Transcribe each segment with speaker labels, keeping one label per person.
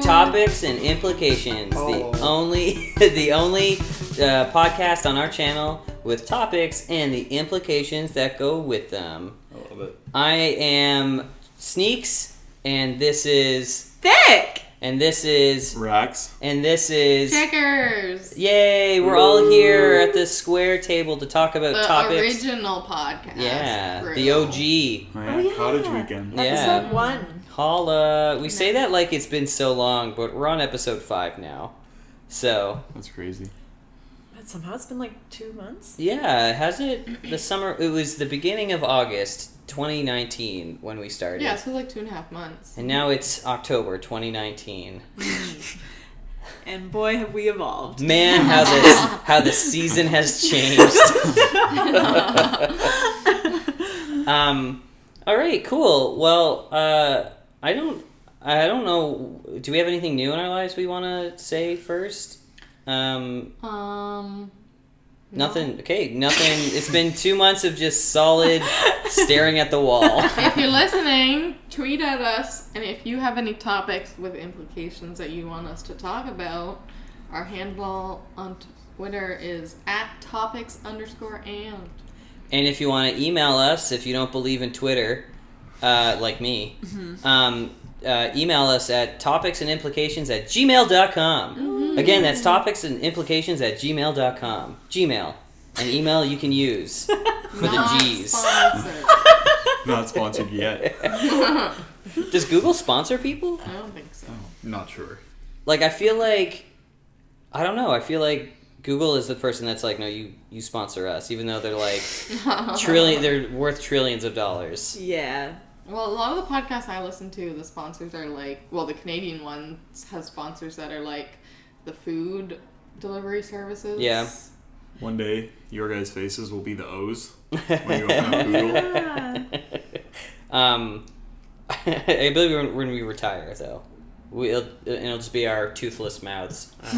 Speaker 1: Topics and implications. The
Speaker 2: Oh.
Speaker 1: only, the only uh, podcast on our channel with topics and the implications that go with them.
Speaker 2: I love it.
Speaker 1: I am Sneaks, and this is,
Speaker 3: Thick
Speaker 1: and this is,
Speaker 2: Racks.
Speaker 1: and this is.
Speaker 3: checkers.
Speaker 1: Yay! We're all here at the square table to talk about
Speaker 3: The
Speaker 1: topics.
Speaker 3: original podcast.
Speaker 1: Yeah,
Speaker 3: crew.
Speaker 1: the OG.
Speaker 2: Man,
Speaker 4: yeah.
Speaker 2: Cottage weekend.
Speaker 1: Yeah.
Speaker 4: Episode one.
Speaker 1: Holla. We say that like it's been so long, but we're on episode five now. So
Speaker 2: That's crazy.
Speaker 4: But somehow it's been like two months.
Speaker 1: yeah, has it the summer? It was the beginning of August, 2019, when we started,
Speaker 3: Yeah, so like two and a half months.
Speaker 1: and now it's October 2019.
Speaker 4: And boy, have we evolved.
Speaker 1: Man, how this how the season has changed. um, all right, cool. Well, uh, I don't. I don't know. Do we have anything new in our lives we want to say first? Um,
Speaker 3: Um,
Speaker 1: Nothing. Okay, nothing. It's been two months of just solid staring at the wall.
Speaker 3: if you're listening, tweet at us, and if you have any topics with implications that you want us to talk about, our handball on Twitter is at topics underscore and.
Speaker 1: And if you want to email us, if you don't believe in Twitter, uh, like me, um, uh, email us at topics and implications at gmail.com. Again, that's topics and implications at gmail.com. Gmail. An email you can use for the
Speaker 3: Not
Speaker 1: G's.
Speaker 3: sponsored.
Speaker 2: Not sponsored yet.
Speaker 1: Does Google sponsor people?
Speaker 3: I don't think so.
Speaker 2: Not sure.
Speaker 1: Like, I feel like. I don't know. I feel like Google is the person that's like, no, you, you sponsor us, even though they're like. trillion they're worth trillions of dollars
Speaker 4: Yeah.
Speaker 3: Well, a lot of the podcasts I listen to, the sponsors are like, well, the Canadian ones have sponsors that are like the food delivery services.
Speaker 1: Yeah.
Speaker 2: One day, your guys' faces will be the O's when you open up Google.
Speaker 4: Ah.
Speaker 1: um i believe when, when we retire though we'll and it'll just be our toothless mouths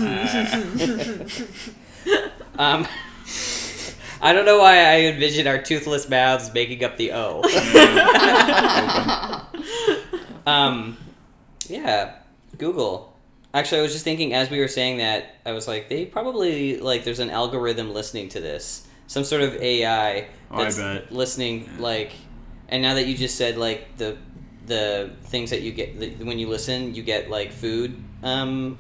Speaker 1: um i don't know why i envision our toothless mouths making up the o um yeah google actually i was just thinking as we were saying that i was like they probably like there's an algorithm listening to this some sort of ai
Speaker 2: Oh, I
Speaker 1: that's
Speaker 2: bet.
Speaker 1: listening like and now that you just said like the the things that you get the, when you listen you get like food um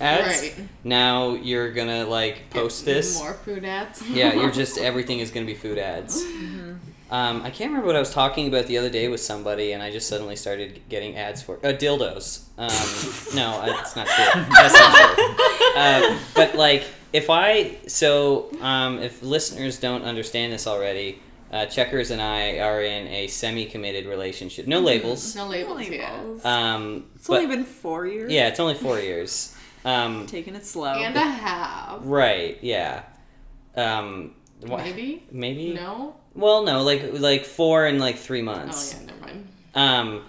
Speaker 1: ads
Speaker 3: Right.
Speaker 1: now you're gonna like post this
Speaker 3: More food ads.
Speaker 1: yeah, you're just everything is going to be food ads.
Speaker 4: Mm-hmm.
Speaker 1: Um, I can't remember what I was talking about the other day with somebody, and I just suddenly started getting ads for uh, dildos. Um, no, that's not true. That's not true. Uh, but like, if I so um, if listeners don't understand this already, uh, Checkers and I are in a semi-committed relationship. No labels.
Speaker 3: no labels
Speaker 4: Holy
Speaker 3: yet.
Speaker 4: balls.
Speaker 1: Um,
Speaker 4: Mm-hmm. it's
Speaker 1: but-
Speaker 4: only been four years.
Speaker 1: yeah, it's only four years. Um,
Speaker 4: Taking it slow.
Speaker 3: And a half.
Speaker 1: right? Yeah. Um, wha-
Speaker 3: Maybe?
Speaker 1: Maybe.
Speaker 3: No?
Speaker 1: Well, no, like like four and like three
Speaker 3: Oh,
Speaker 1: months.
Speaker 3: yeah, never mind.
Speaker 1: Um,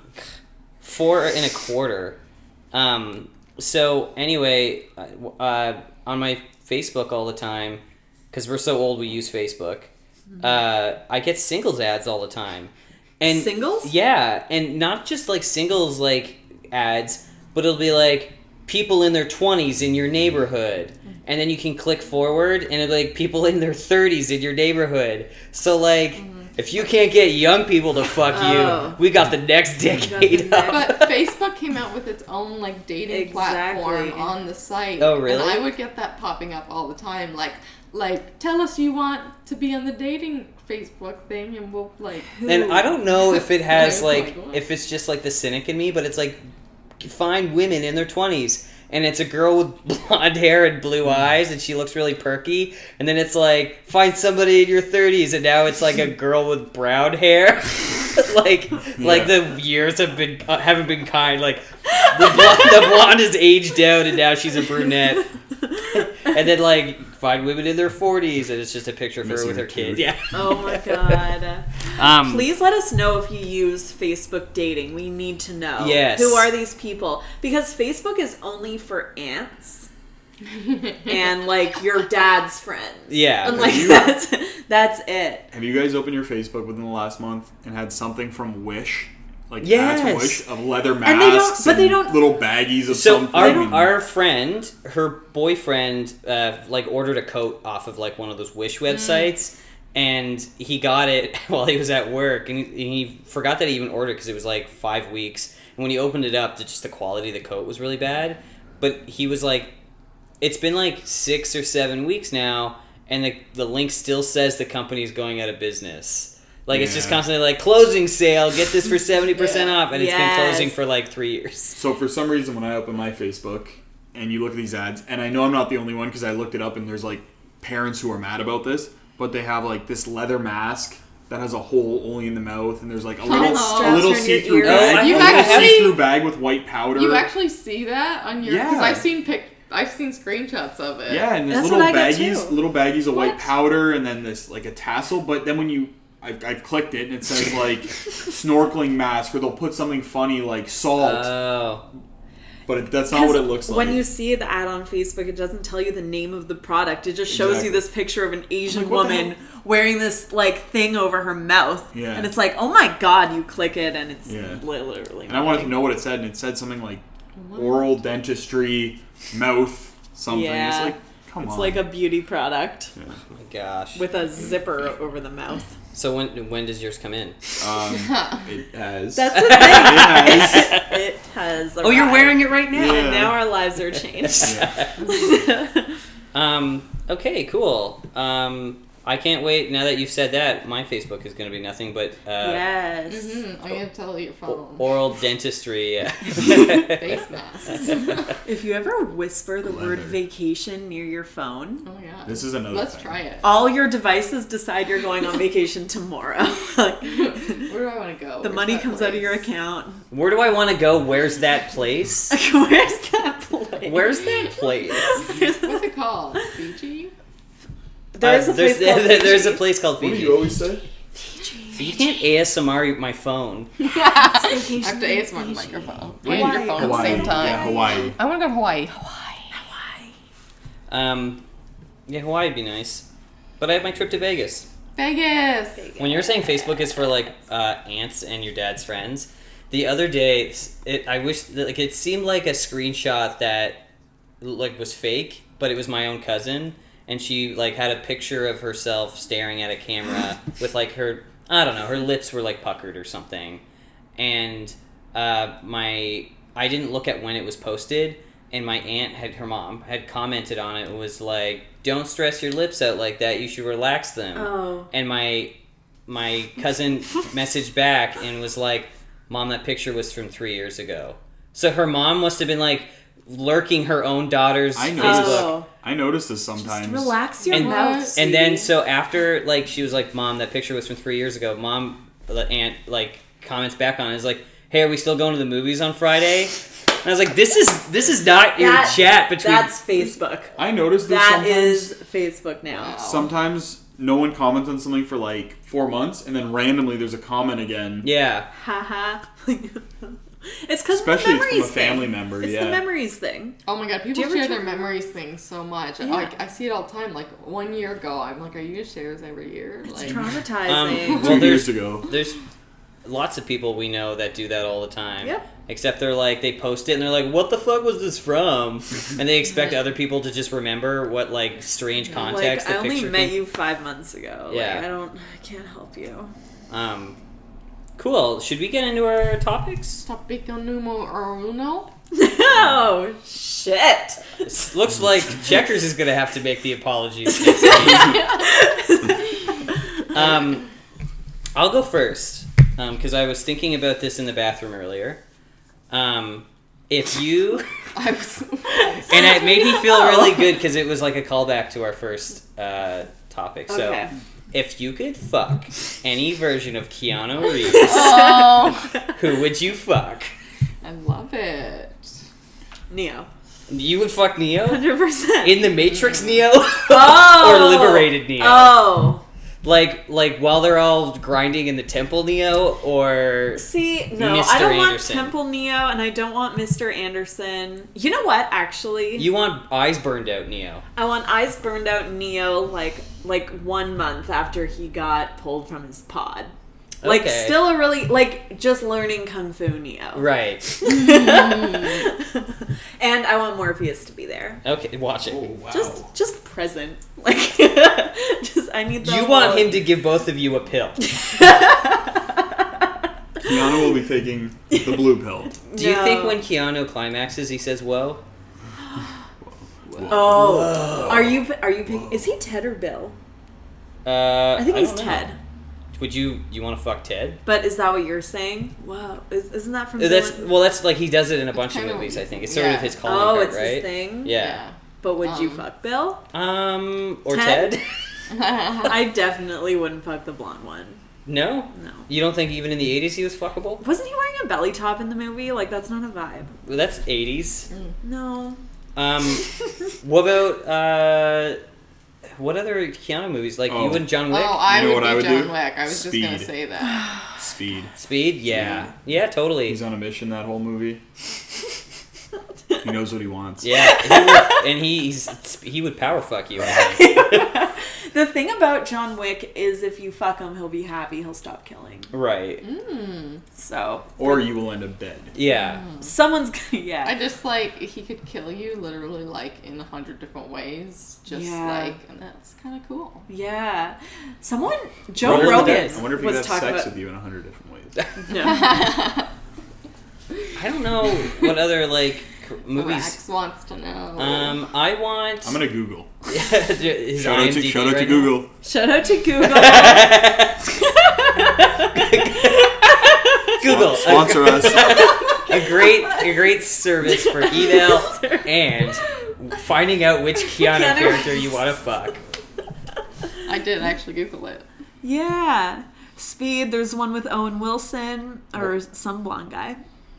Speaker 1: four and a quarter. Um, so anyway, uh, on my Facebook all the time, because we're so old, we use Facebook. Uh, I get singles ads all the time, and
Speaker 4: Singles?
Speaker 1: yeah, and not just like singles like ads, but it'll be like people in their 20s in your neighborhood. And then you can click forward and it'll be like people in their 30s in your neighborhood. So like if you can't get young people to fuck
Speaker 4: Oh.
Speaker 1: you, we got the next decade
Speaker 4: next-
Speaker 1: up.
Speaker 3: But Facebook came out with its own like dating
Speaker 4: Exactly.
Speaker 3: platform on the site.
Speaker 1: Oh, really?
Speaker 3: And I would get that popping up all the time, like like tell us you want to be on the dating Facebook thing, and we'll like
Speaker 1: and I don't know if it has
Speaker 3: Oh my
Speaker 1: like
Speaker 3: God.
Speaker 1: if it's just like the cynic in me, but it's like find women in their 20s and it's a girl with blonde hair and blue eyes and she looks really perky and then it's like find somebody in your 30s and now it's like a girl with brown hair like like the years have been uh, haven't been kind like the blonde, the blonde is aged out and now she's a brunette and then like find women in their 40s and it's just a picture of her
Speaker 2: Missing
Speaker 1: with
Speaker 2: her
Speaker 1: her kid
Speaker 2: tooth.
Speaker 1: yeah
Speaker 4: oh my god.
Speaker 1: um
Speaker 4: Please let us know if you use Facebook dating. We need to know.
Speaker 1: Yes.
Speaker 4: Who are these people? Because Facebook is only for aunts and like your dad's friends.
Speaker 1: yeah
Speaker 4: And like
Speaker 2: You-
Speaker 4: that's that's it.
Speaker 2: Have you guys opened your Facebook within the last month and had something from Wish like
Speaker 1: Yes.
Speaker 2: patchwork of leather masks
Speaker 4: And they don't- but they don't-
Speaker 2: little baggies of
Speaker 1: So
Speaker 2: something.
Speaker 1: our,
Speaker 2: and-
Speaker 1: our friend, her boyfriend, uh, like ordered a coat off of like one of those Wish websites, and he got it while he was at work, and he, and he forgot that he even ordered because it was like five weeks. And when he opened it up, the- just the quality of the coat was really bad. But he was like, "It's been like six or seven weeks now, and the the link still says the company's going out of business." Like it's just
Speaker 2: Yeah.
Speaker 1: constantly like closing sale, get this for seventy percent off, and it's
Speaker 4: Yes.
Speaker 1: been closing for like three years.
Speaker 2: So for some reason, when I open my Facebook and you look at these ads, and I know I'm not the only one because I looked it up, and there's like parents who are mad about this, but they have like this leather mask that has a hole only in the mouth, and there's like a little,
Speaker 3: straps
Speaker 2: a little
Speaker 4: around your
Speaker 2: see-through
Speaker 4: ears.
Speaker 1: Oh,
Speaker 2: bag,
Speaker 1: you
Speaker 2: a little
Speaker 3: actually-
Speaker 2: see-through bag with white powder.
Speaker 3: You actually see that on your? Because
Speaker 2: Yeah.
Speaker 3: I've seen pic. I've seen screenshots of it.
Speaker 2: yeah, and there's
Speaker 4: That's
Speaker 2: little
Speaker 4: what I got,
Speaker 2: baggies,
Speaker 4: too.
Speaker 2: little baggies of white
Speaker 3: What?
Speaker 2: powder, and then this like a tassel. But then when you I've, I've clicked it and it says like snorkeling mask, or they'll put something funny like salt,
Speaker 3: Uh,
Speaker 1: Oh.
Speaker 2: but it, that's not what it looks like.
Speaker 4: When you see the ad on Facebook, it doesn't tell you the name of the product. It just shows
Speaker 2: Exactly.
Speaker 4: you this picture of an Asian
Speaker 2: Like, what the
Speaker 4: woman wearing this like thing over her mouth.
Speaker 2: Yeah.
Speaker 4: And it's like, oh my god, you click it and it's
Speaker 2: Yeah.
Speaker 4: literally.
Speaker 2: And I wanted to know what it said, and it said something like oral dentistry, mouth, something.
Speaker 4: Yeah.
Speaker 2: It's like, come
Speaker 4: It's
Speaker 2: on.
Speaker 4: like a beauty product
Speaker 1: my gosh.
Speaker 4: with a zipper over the mouth.
Speaker 1: So when when does yours come in?
Speaker 2: um,
Speaker 3: Mm-hmm.
Speaker 2: it has.
Speaker 4: That's the thing.
Speaker 2: it has.
Speaker 4: it has.
Speaker 1: Oh, you're
Speaker 4: arrived.
Speaker 1: wearing it right now.
Speaker 2: Yeah.
Speaker 4: And now our lives are changed.
Speaker 1: Um. Okay. Cool. Um. I can't wait. Now that you've said that, my Facebook is going to be nothing but uh, mm-hmm.
Speaker 4: yes.
Speaker 3: Mhm, I'm gonna tell your phone.
Speaker 1: oral dentistry. uh,
Speaker 3: Face masks. Oh
Speaker 4: If you ever whisper the word
Speaker 2: Leather.
Speaker 4: vacation near your phone,
Speaker 3: Oh yeah.
Speaker 2: This is another.
Speaker 3: Let's
Speaker 2: thing.
Speaker 3: try it.
Speaker 4: all your devices decide you're going on vacation tomorrow. Like, the
Speaker 3: Where do I want to go? Where's
Speaker 4: money
Speaker 3: that
Speaker 4: comes out of your
Speaker 3: place?
Speaker 4: account.
Speaker 1: Where do I want to go? Where's that place? Uh,
Speaker 4: Where's that place?
Speaker 1: Where's that place?
Speaker 3: What's it called? Fiji.
Speaker 4: There's
Speaker 1: Uh,
Speaker 4: a place called
Speaker 1: there- there's a
Speaker 4: Fiji.
Speaker 1: place called
Speaker 2: What do
Speaker 1: Fiji.
Speaker 2: you always say?
Speaker 1: You can't ASMR my phone.
Speaker 3: I have to ASMR the microphone and your
Speaker 4: Hawaii.
Speaker 3: phone at the same time.
Speaker 2: Yeah, Hawaii.
Speaker 3: I want to go to Hawaii. Hawaii.
Speaker 1: Um, yeah, Hawaii would be nice, but I have my trip to Vegas.
Speaker 3: Vegas.
Speaker 1: When you're saying Facebook is for like uh, aunts and your dad's friends, the other day, it I wish that, like it seemed like a screenshot that like was fake, but it was my own cousin, and she like had a picture of herself staring at a camera with like her I don't know her lips were like puckered or something, and uh, my I didn't look at when it was posted, and my aunt had her mom had commented on it and was like, "Don't stress your lips out like that. You should relax them."
Speaker 4: Oh.
Speaker 1: and my my cousin messaged back and was like, "Mom, that picture was from three years ago." So her mom must have been like lurking her own daughter's
Speaker 2: I know.
Speaker 1: Facebook.
Speaker 4: Oh.
Speaker 2: I notice this
Speaker 4: Just
Speaker 2: sometimes.
Speaker 4: relax your
Speaker 1: And-
Speaker 4: mouth.
Speaker 3: What?
Speaker 1: And then
Speaker 4: sweetie.
Speaker 1: so after like she was like, "Mom, that picture was from three years ago." Mom, the aunt like comments back on it, is like, "Hey, are we still going to the movies on Friday?" And I was like, "This is this is not your
Speaker 4: That-
Speaker 1: chat between."
Speaker 4: that's Facebook.
Speaker 2: I notice this
Speaker 4: That
Speaker 2: sometimes.
Speaker 4: is Oh. Facebook now.
Speaker 2: sometimes no one comments on something for like four months, and then randomly there's a comment again.
Speaker 1: yeah,
Speaker 4: Haha. it's because
Speaker 2: Especially
Speaker 4: the
Speaker 2: if
Speaker 4: memories
Speaker 2: it's from a
Speaker 4: thing.
Speaker 2: family member.
Speaker 4: It's
Speaker 2: yeah.
Speaker 4: the memories thing.
Speaker 3: Oh my god, people
Speaker 4: you ever
Speaker 3: share
Speaker 4: try-
Speaker 3: their memories things so much.
Speaker 4: Yeah.
Speaker 3: Like I see it all the time. Like one year ago, I'm like, "Are you gonna share this every year?" Like,
Speaker 4: It's traumatizing.
Speaker 1: Um,
Speaker 2: Two
Speaker 1: Well, there's-
Speaker 2: years ago.
Speaker 1: there's lots of people we know that do that all the time.
Speaker 4: Yep.
Speaker 1: Except they're like they post it and they're like, "What the fuck was this from?" and they expect other people to just remember what like strange context
Speaker 4: like, I
Speaker 1: the
Speaker 4: only
Speaker 1: picture
Speaker 4: met
Speaker 1: came
Speaker 4: you five months ago.
Speaker 1: Yeah.
Speaker 4: Like, I don't, I can't help you.
Speaker 1: Um, cool. Should we get into our topics?
Speaker 3: topico numero uno.
Speaker 4: oh, shit.
Speaker 1: This looks like Checkers is going to have to make the apologies. next week. um, I'll go first because I was thinking about this in the bathroom earlier. Um, if you
Speaker 3: I was.
Speaker 1: and it made me feel really good because it was like a callback to our first uh, topic. So
Speaker 4: Okay.
Speaker 1: if you could fuck any version of Keanu Reeves,
Speaker 3: oh,
Speaker 1: who would you fuck?
Speaker 3: I love it.
Speaker 4: Neo.
Speaker 1: You would fuck Neo.
Speaker 4: 100%.
Speaker 1: in the Matrix Neo
Speaker 4: Oh!
Speaker 1: or liberated Neo.
Speaker 4: Oh.
Speaker 1: Like like while they're all grinding in the temple Neo or
Speaker 4: See, no,
Speaker 1: Mr.
Speaker 4: I don't want
Speaker 1: Anderson.
Speaker 4: Temple Neo and I don't want Mr. Anderson. You know what, actually?
Speaker 1: you want eyes burned out Neo.
Speaker 4: I want eyes burned out Neo like like one month after he got pulled from his pod. Like,
Speaker 1: Okay.
Speaker 4: still a really like just learning kung fu Neo.
Speaker 1: Right.
Speaker 4: and I want Morpheus to be there.
Speaker 1: Okay, watch it.
Speaker 2: Oh, wow.
Speaker 4: Just just present. Like just I need the
Speaker 1: you want him to give both of you a pill.
Speaker 2: Keanu will be taking the blue pill.
Speaker 1: Do you think when Keanu climaxes, he says, "Whoa"?
Speaker 4: Oh, are you are you picking? Is he Ted or Bill?
Speaker 1: Uh,
Speaker 4: I think he's
Speaker 1: don't know.
Speaker 4: Ted.
Speaker 1: Would you you want to fuck Ted? Uh,
Speaker 4: But is that what you're saying? Whoa, is, isn't that from? Bill
Speaker 1: That's
Speaker 4: and-
Speaker 1: well, that's like he does it in a bunch of
Speaker 3: kinda-
Speaker 1: movies. I think it's sort
Speaker 3: yeah.
Speaker 1: of his calling
Speaker 4: oh,
Speaker 1: card,
Speaker 4: it's
Speaker 1: right?
Speaker 4: his thing.
Speaker 1: Yeah.
Speaker 4: But would you
Speaker 3: Um,
Speaker 4: fuck Bill?
Speaker 1: Um, or
Speaker 4: Ted?
Speaker 1: Ted?
Speaker 3: Yeah.
Speaker 4: I definitely wouldn't fuck the blonde one.
Speaker 1: no,
Speaker 4: No.
Speaker 1: you don't think even in the '80s he was fuckable?
Speaker 4: Wasn't he wearing a belly top in the movie? Like that's not a vibe.
Speaker 1: Well, that's '80s.
Speaker 4: Mm. No.
Speaker 1: Um, what about uh, what other Keanu movies like
Speaker 2: Oh.
Speaker 1: you and John Wick?
Speaker 3: oh, I
Speaker 2: You know
Speaker 3: would
Speaker 2: what
Speaker 3: be
Speaker 2: I would
Speaker 3: John
Speaker 2: do?
Speaker 3: Wick. I was just gonna
Speaker 2: Speed.
Speaker 3: say that.
Speaker 2: Speed.
Speaker 1: Speed, yeah, yeah, totally.
Speaker 2: He's on a mission that whole movie. He knows what he wants.
Speaker 1: Yeah, he would- and he's he would power fuck you. I think.
Speaker 4: Mm. the thing about John Wick is if you fuck him, he'll be happy. He'll stop killing.
Speaker 1: Right.
Speaker 3: Hmm.
Speaker 4: So
Speaker 2: Or you will end up dead.
Speaker 1: Yeah.
Speaker 4: someone's gonna yeah.
Speaker 3: I just like he could kill you literally like in a hundred different ways. Just
Speaker 4: Yeah.
Speaker 3: like, and that's kind of cool.
Speaker 4: Yeah. Someone Joe
Speaker 2: I wonder if he
Speaker 4: Rogan
Speaker 2: did- I wonder if he
Speaker 4: was
Speaker 2: has
Speaker 4: talking
Speaker 2: sex
Speaker 4: about
Speaker 2: with you in a hundred different ways.
Speaker 4: No.
Speaker 1: I don't know what other like cr- movies.
Speaker 3: Rax wants to know.
Speaker 1: Um, I want.
Speaker 2: I'm gonna Google.
Speaker 1: his
Speaker 2: Shout out to,
Speaker 1: IMDb
Speaker 2: shout out
Speaker 1: right
Speaker 2: to
Speaker 1: now.
Speaker 2: Google.
Speaker 4: Shout out to Google.
Speaker 1: Google.
Speaker 2: Sponsor us.
Speaker 1: A great, a great service for email and finding out which Keanu,
Speaker 4: Keanu
Speaker 1: character you want to fuck.
Speaker 3: I did actually Google it.
Speaker 4: yeah. Speed, there's one with Owen Wilson or some blonde guy.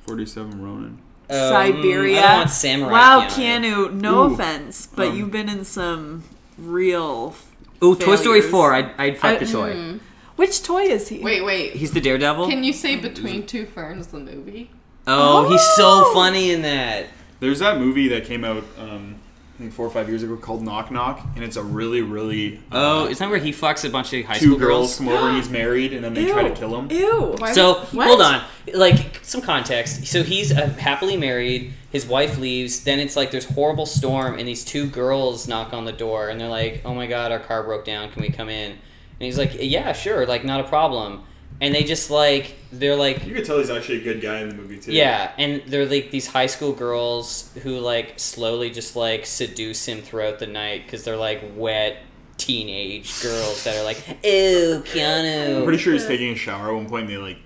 Speaker 2: 47 Ronin.
Speaker 1: Um,
Speaker 4: Siberia.
Speaker 1: I don't want samurai.
Speaker 4: wow,
Speaker 1: Keanu.
Speaker 4: Keanu, no
Speaker 2: Ooh.
Speaker 4: offense, but
Speaker 2: Um.
Speaker 4: you've been in some real
Speaker 1: Ooh, Toy Story
Speaker 4: Failures. Mm-hmm.
Speaker 1: Four. I'd, I'd fuck
Speaker 4: I-
Speaker 1: the toy.
Speaker 4: Which toy is he?
Speaker 3: Wait, wait.
Speaker 1: He's the daredevil.
Speaker 3: Can you say between two ferns the movie?
Speaker 1: oh, he's so
Speaker 4: Oh!
Speaker 1: funny in that.
Speaker 2: There's that movie that came out, um, I think four or five years ago called Knock Knock, and it's a really, really.
Speaker 1: Oh,
Speaker 2: uh,
Speaker 1: it's not where he fucks a bunch of high
Speaker 2: two
Speaker 1: school girls.
Speaker 2: girls come over and he's married, and then they
Speaker 4: Ew.
Speaker 2: try to kill him.
Speaker 4: Ew.
Speaker 3: Why
Speaker 1: So
Speaker 3: would-
Speaker 4: What?
Speaker 1: hold on, like some context. So he's uh, happily married. His wife leaves. Then it's like there's horrible storm, and these two girls knock on the door, and they're like, "Oh my god, our car broke down. Can we come in?" And he's like, "Yeah, sure. Like not a problem." And they just like they're like
Speaker 2: You could tell he's actually a good guy in the movie too.
Speaker 1: yeah, and they're like these high school girls who like slowly just like seduce him throughout the night because they're like wet teenage girls that are like, "Ew,
Speaker 2: I'm pretty
Speaker 1: Keanu."
Speaker 2: sure he's taking a shower at one point. And they like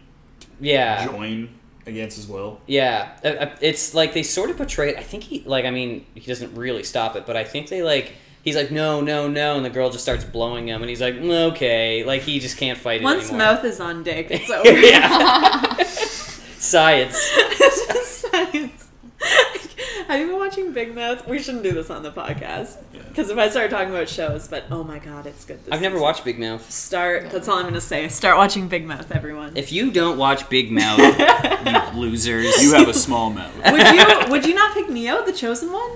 Speaker 1: Yeah,
Speaker 2: join against his will.
Speaker 1: Yeah, Uh, uh, it's like they sort of portray it. I think he, like, I mean, he doesn't really stop it, but I think they like he's like, no, no, no, and the girl just starts blowing him, and he's like, "Mm, okay, like he just can't fight it
Speaker 4: Once
Speaker 1: anymore.
Speaker 4: mouth is on dick, it's over.
Speaker 1: yeah, science.
Speaker 4: It's just science. Have you been watching Big Mouth? We shouldn't do this on the podcast because if I start talking about shows, but oh my god, it's good. This
Speaker 1: I've never
Speaker 4: season.
Speaker 1: watched Big Mouth.
Speaker 4: Start. That's all I'm gonna say. Start watching Big Mouth, everyone.
Speaker 1: If you don't watch Big Mouth, you losers.
Speaker 2: You have a small mouth.
Speaker 4: would you would you not pick Neo, the chosen one?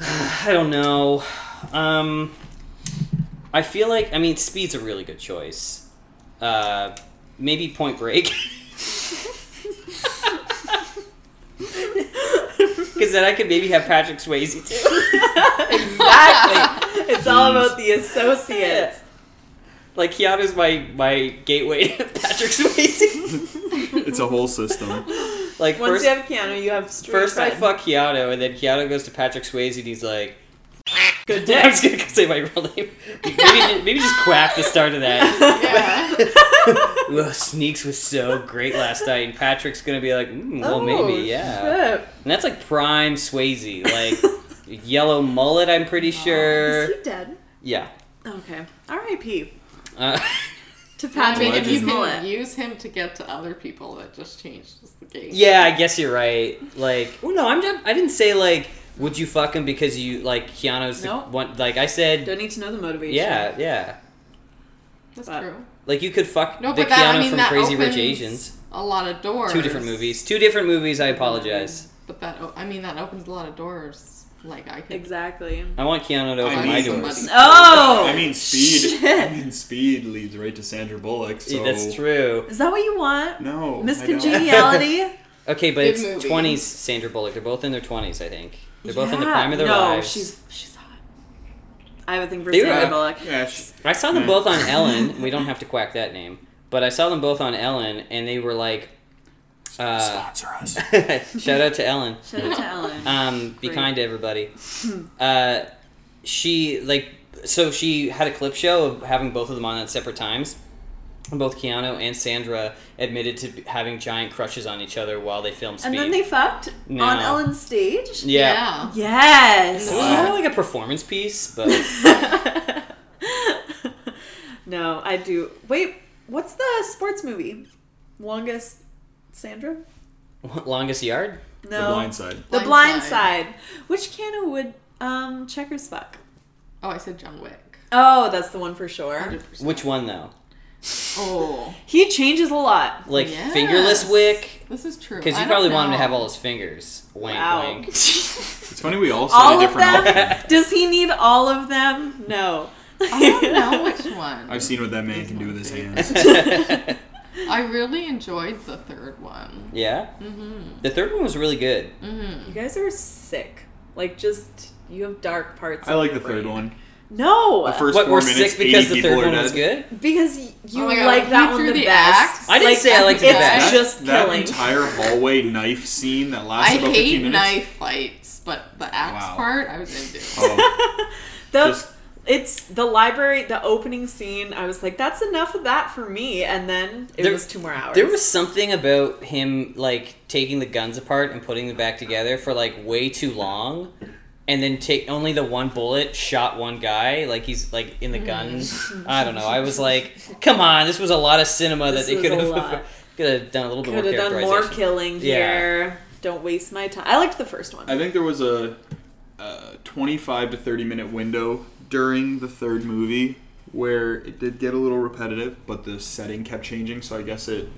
Speaker 1: I don't know. Um, I feel like I mean, Speed's a really good choice. Uh, maybe Point Break. Because then I could maybe have Patrick Swayze too.
Speaker 4: exactly. It's all about the associates.
Speaker 1: Like Keanu's my my gateway to Patrick Swayze.
Speaker 2: It's a whole system.
Speaker 1: like
Speaker 4: Once
Speaker 1: first,
Speaker 4: you have Keanu, you have street
Speaker 1: first I
Speaker 4: cred.
Speaker 1: fuck Keanu, and then Keanu goes to Patrick Swayze, and he's like,
Speaker 4: good
Speaker 1: "I
Speaker 4: dick.
Speaker 1: was gonna say my real name. Maybe, maybe just quack the start of that."
Speaker 3: Yeah.
Speaker 1: Well, Sneaks was so great last night, and Patrick's gonna be like, mm, well,
Speaker 4: Oh,
Speaker 1: maybe, yeah.
Speaker 4: shit.
Speaker 1: And that's like prime Swayze, like yellow mullet. I'm pretty sure.
Speaker 4: Is he dead?
Speaker 1: Yeah.
Speaker 4: Okay. R.I.P.
Speaker 1: Uh,
Speaker 4: to
Speaker 3: I
Speaker 4: Patrick
Speaker 3: mean,
Speaker 4: and
Speaker 3: if you
Speaker 4: his
Speaker 2: Legend.
Speaker 3: can
Speaker 4: mullet.
Speaker 3: use him to get to other people, that just changes the game.
Speaker 1: yeah, I guess you're right. Like, oh no, I'm. Just, I didn't say like, would you fuck him because you like Keanu's the
Speaker 4: Nope.
Speaker 1: one. Like I said,
Speaker 4: Don't need to know the motivation.
Speaker 1: yeah, yeah.
Speaker 3: that's
Speaker 4: But-
Speaker 3: true.
Speaker 1: Like you could fuck
Speaker 3: No,
Speaker 1: the
Speaker 3: but that
Speaker 1: Keanu
Speaker 3: I mean
Speaker 1: from
Speaker 3: that
Speaker 1: Crazy
Speaker 3: opens
Speaker 1: Rich Asians.
Speaker 3: a lot of doors.
Speaker 1: Two different movies. Two different movies. I apologize.
Speaker 3: oh, But that o- I mean that opens a lot of doors Like I could.
Speaker 4: Exactly.
Speaker 1: I want Keanu to open
Speaker 2: I
Speaker 1: my
Speaker 2: mean-
Speaker 1: doors.
Speaker 4: Oh!
Speaker 2: I mean, speed. I
Speaker 4: Shit.
Speaker 2: mean, speed leads right to Sandra Bullock. So
Speaker 1: That's true.
Speaker 4: Is that what you want?
Speaker 2: No,
Speaker 4: Miss
Speaker 2: I don't.
Speaker 4: Congeniality?
Speaker 1: Okay, but
Speaker 3: Good
Speaker 1: it's
Speaker 3: movie.
Speaker 1: 20s Sandra Bullock. They're both in their 20s, I think. They're both in the
Speaker 4: Yeah.
Speaker 1: prime of their
Speaker 4: no,
Speaker 1: lives.
Speaker 4: she's she's hot. I have a thing for
Speaker 1: They were-
Speaker 4: Sandra
Speaker 1: uh,
Speaker 4: Bullock.
Speaker 2: Yeah, she-
Speaker 1: I saw them
Speaker 2: Mm.
Speaker 1: both on Ellen. We don't have to quack that name, but I saw them both on Ellen, and they were like, uh,
Speaker 2: sponsor us.
Speaker 1: shout out to Ellen.
Speaker 4: Shout out to Ellen.
Speaker 1: Um, be
Speaker 4: Great.
Speaker 1: kind to everybody. Uh, she like so she had a clip show of having both of them on at separate times. And both Keanu and Sandra admitted to b- having giant crushes on each other while they filmed Speed.
Speaker 4: and then they fucked
Speaker 1: No.
Speaker 4: on Ellen's stage.
Speaker 1: yeah.
Speaker 3: yeah.
Speaker 4: Yes.
Speaker 1: It was more like a performance piece, but
Speaker 4: no, I do. Wait, what's the sports movie? Longest Sandra?
Speaker 1: longest yard.
Speaker 4: No.
Speaker 2: The Blind Side.
Speaker 4: The
Speaker 3: Blind
Speaker 4: Blind
Speaker 3: Side.
Speaker 4: Side. Which Keanu would um checkers fuck?
Speaker 3: Oh, I said John Wick.
Speaker 4: Oh, that's the one for sure.
Speaker 3: 100%.
Speaker 1: Which one though?
Speaker 3: Oh,
Speaker 4: He changes a lot.
Speaker 1: Like
Speaker 3: Yes.
Speaker 1: fingerless wick,
Speaker 3: this is true.
Speaker 1: because
Speaker 3: I
Speaker 1: you
Speaker 3: don't
Speaker 1: probably want him to
Speaker 3: know.
Speaker 1: have all his fingers. Wank,
Speaker 4: Wow.
Speaker 1: wank.
Speaker 2: It's funny we all said
Speaker 4: all
Speaker 2: a
Speaker 4: of
Speaker 2: different outfit.
Speaker 4: them? Does he need all of them? No.
Speaker 3: I don't know which one.
Speaker 2: I've seen what that man can do with his hands.
Speaker 3: I really enjoyed the third one. Mm-hmm.
Speaker 1: yeah. The third one was really good.
Speaker 4: You guys are sick. Like, just you have dark parts.
Speaker 2: I
Speaker 4: of
Speaker 2: like
Speaker 4: your
Speaker 2: the third
Speaker 4: brain.
Speaker 2: one.
Speaker 4: No,
Speaker 2: The first
Speaker 1: What
Speaker 2: four
Speaker 1: we're
Speaker 2: minutes,
Speaker 1: sick because the
Speaker 2: 80 people
Speaker 1: third
Speaker 2: are
Speaker 1: one
Speaker 2: dead.
Speaker 1: was good.
Speaker 4: because y- you
Speaker 3: Oh my God,
Speaker 4: like
Speaker 3: when
Speaker 4: that
Speaker 3: he
Speaker 4: one
Speaker 3: threw
Speaker 4: the,
Speaker 3: the
Speaker 4: best.
Speaker 3: axe.
Speaker 1: I didn't say I liked it the
Speaker 4: it's
Speaker 1: best. That's-
Speaker 4: just
Speaker 2: that
Speaker 4: killing.
Speaker 2: entire hallway knife scene that lasts
Speaker 3: I
Speaker 2: about
Speaker 3: hate
Speaker 2: 15 minutes.
Speaker 3: knife fights, but the axe
Speaker 2: Wow.
Speaker 3: part I was into.
Speaker 2: Oh,
Speaker 4: the,
Speaker 2: just-
Speaker 4: it's the library. The opening scene. I was like, that's enough of that for me. And then it
Speaker 1: There-
Speaker 4: was two more hours.
Speaker 1: There was something about him like taking the guns apart and putting them back together for like way too long, and then take only the one bullet shot one guy. Like he's like in the
Speaker 4: Mm.
Speaker 1: gun. I don't know. I was like, come on, this was a lot of cinema
Speaker 4: This
Speaker 1: that they
Speaker 4: was
Speaker 1: could
Speaker 4: a
Speaker 1: have
Speaker 4: lot.
Speaker 1: could have done a little bit
Speaker 4: could
Speaker 1: more
Speaker 4: have done more
Speaker 1: characterization.
Speaker 4: killing
Speaker 1: Yeah.
Speaker 4: here. Don't waste my time. I liked the first one.
Speaker 2: I think there was a, uh 25 to 30 minute window during the third movie where it did get a little repetitive, but the setting kept changing, so I guess it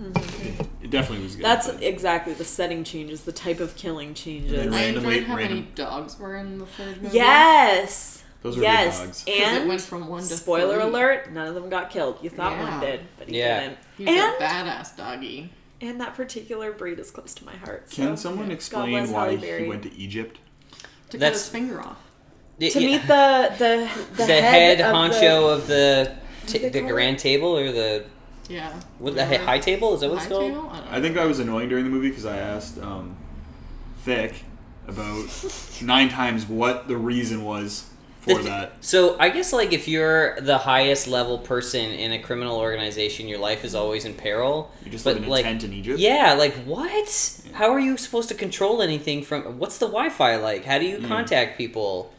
Speaker 2: it, it definitely was good.
Speaker 4: Mm-hmm. That's
Speaker 2: but-
Speaker 4: exactly the setting changes. The type of killing changes.
Speaker 2: And
Speaker 3: I
Speaker 2: Randomly-
Speaker 3: enjoyed how many
Speaker 2: random-
Speaker 3: dogs were in the third movie.
Speaker 4: Yes.
Speaker 2: Those were good
Speaker 4: yes.
Speaker 2: dogs.
Speaker 3: 'Cause
Speaker 4: And
Speaker 3: it went from one to
Speaker 4: spoiler
Speaker 3: three.
Speaker 4: alert, none of them got killed. You thought
Speaker 3: Yeah.
Speaker 4: one did, but he
Speaker 1: Yeah.
Speaker 4: didn't.
Speaker 3: He's
Speaker 4: and
Speaker 3: a badass doggy.
Speaker 4: and that particular breed is close to my heart. so-
Speaker 2: Can someone
Speaker 4: bless
Speaker 2: explain
Speaker 4: Halle
Speaker 2: why
Speaker 4: Berry.
Speaker 2: he went to Egypt?
Speaker 3: To cut
Speaker 1: That's-
Speaker 3: his finger off.
Speaker 1: Yeah,
Speaker 4: to
Speaker 1: yeah.
Speaker 4: meet the the the,
Speaker 1: the, head,
Speaker 4: of
Speaker 1: honcho of the
Speaker 4: do
Speaker 1: t-
Speaker 4: they
Speaker 1: the
Speaker 4: call it?
Speaker 1: grand table or the
Speaker 3: Yeah.
Speaker 1: what the he- high table is that what it's
Speaker 3: High
Speaker 1: called?
Speaker 3: table? I don't know.
Speaker 2: I think I was annoying during the movie because I asked um, Thick about nine times what the reason was
Speaker 1: The
Speaker 2: for
Speaker 1: thi-
Speaker 2: that.
Speaker 1: So I guess like if you're the highest level person in a criminal organization, your life is always in peril.
Speaker 2: You just
Speaker 1: but
Speaker 2: live in a
Speaker 1: like,
Speaker 2: tent in Egypt.
Speaker 1: yeah, like what? How are you supposed to control anything from? What's the Wi-Fi like? How do
Speaker 2: Hmm.
Speaker 1: you contact people?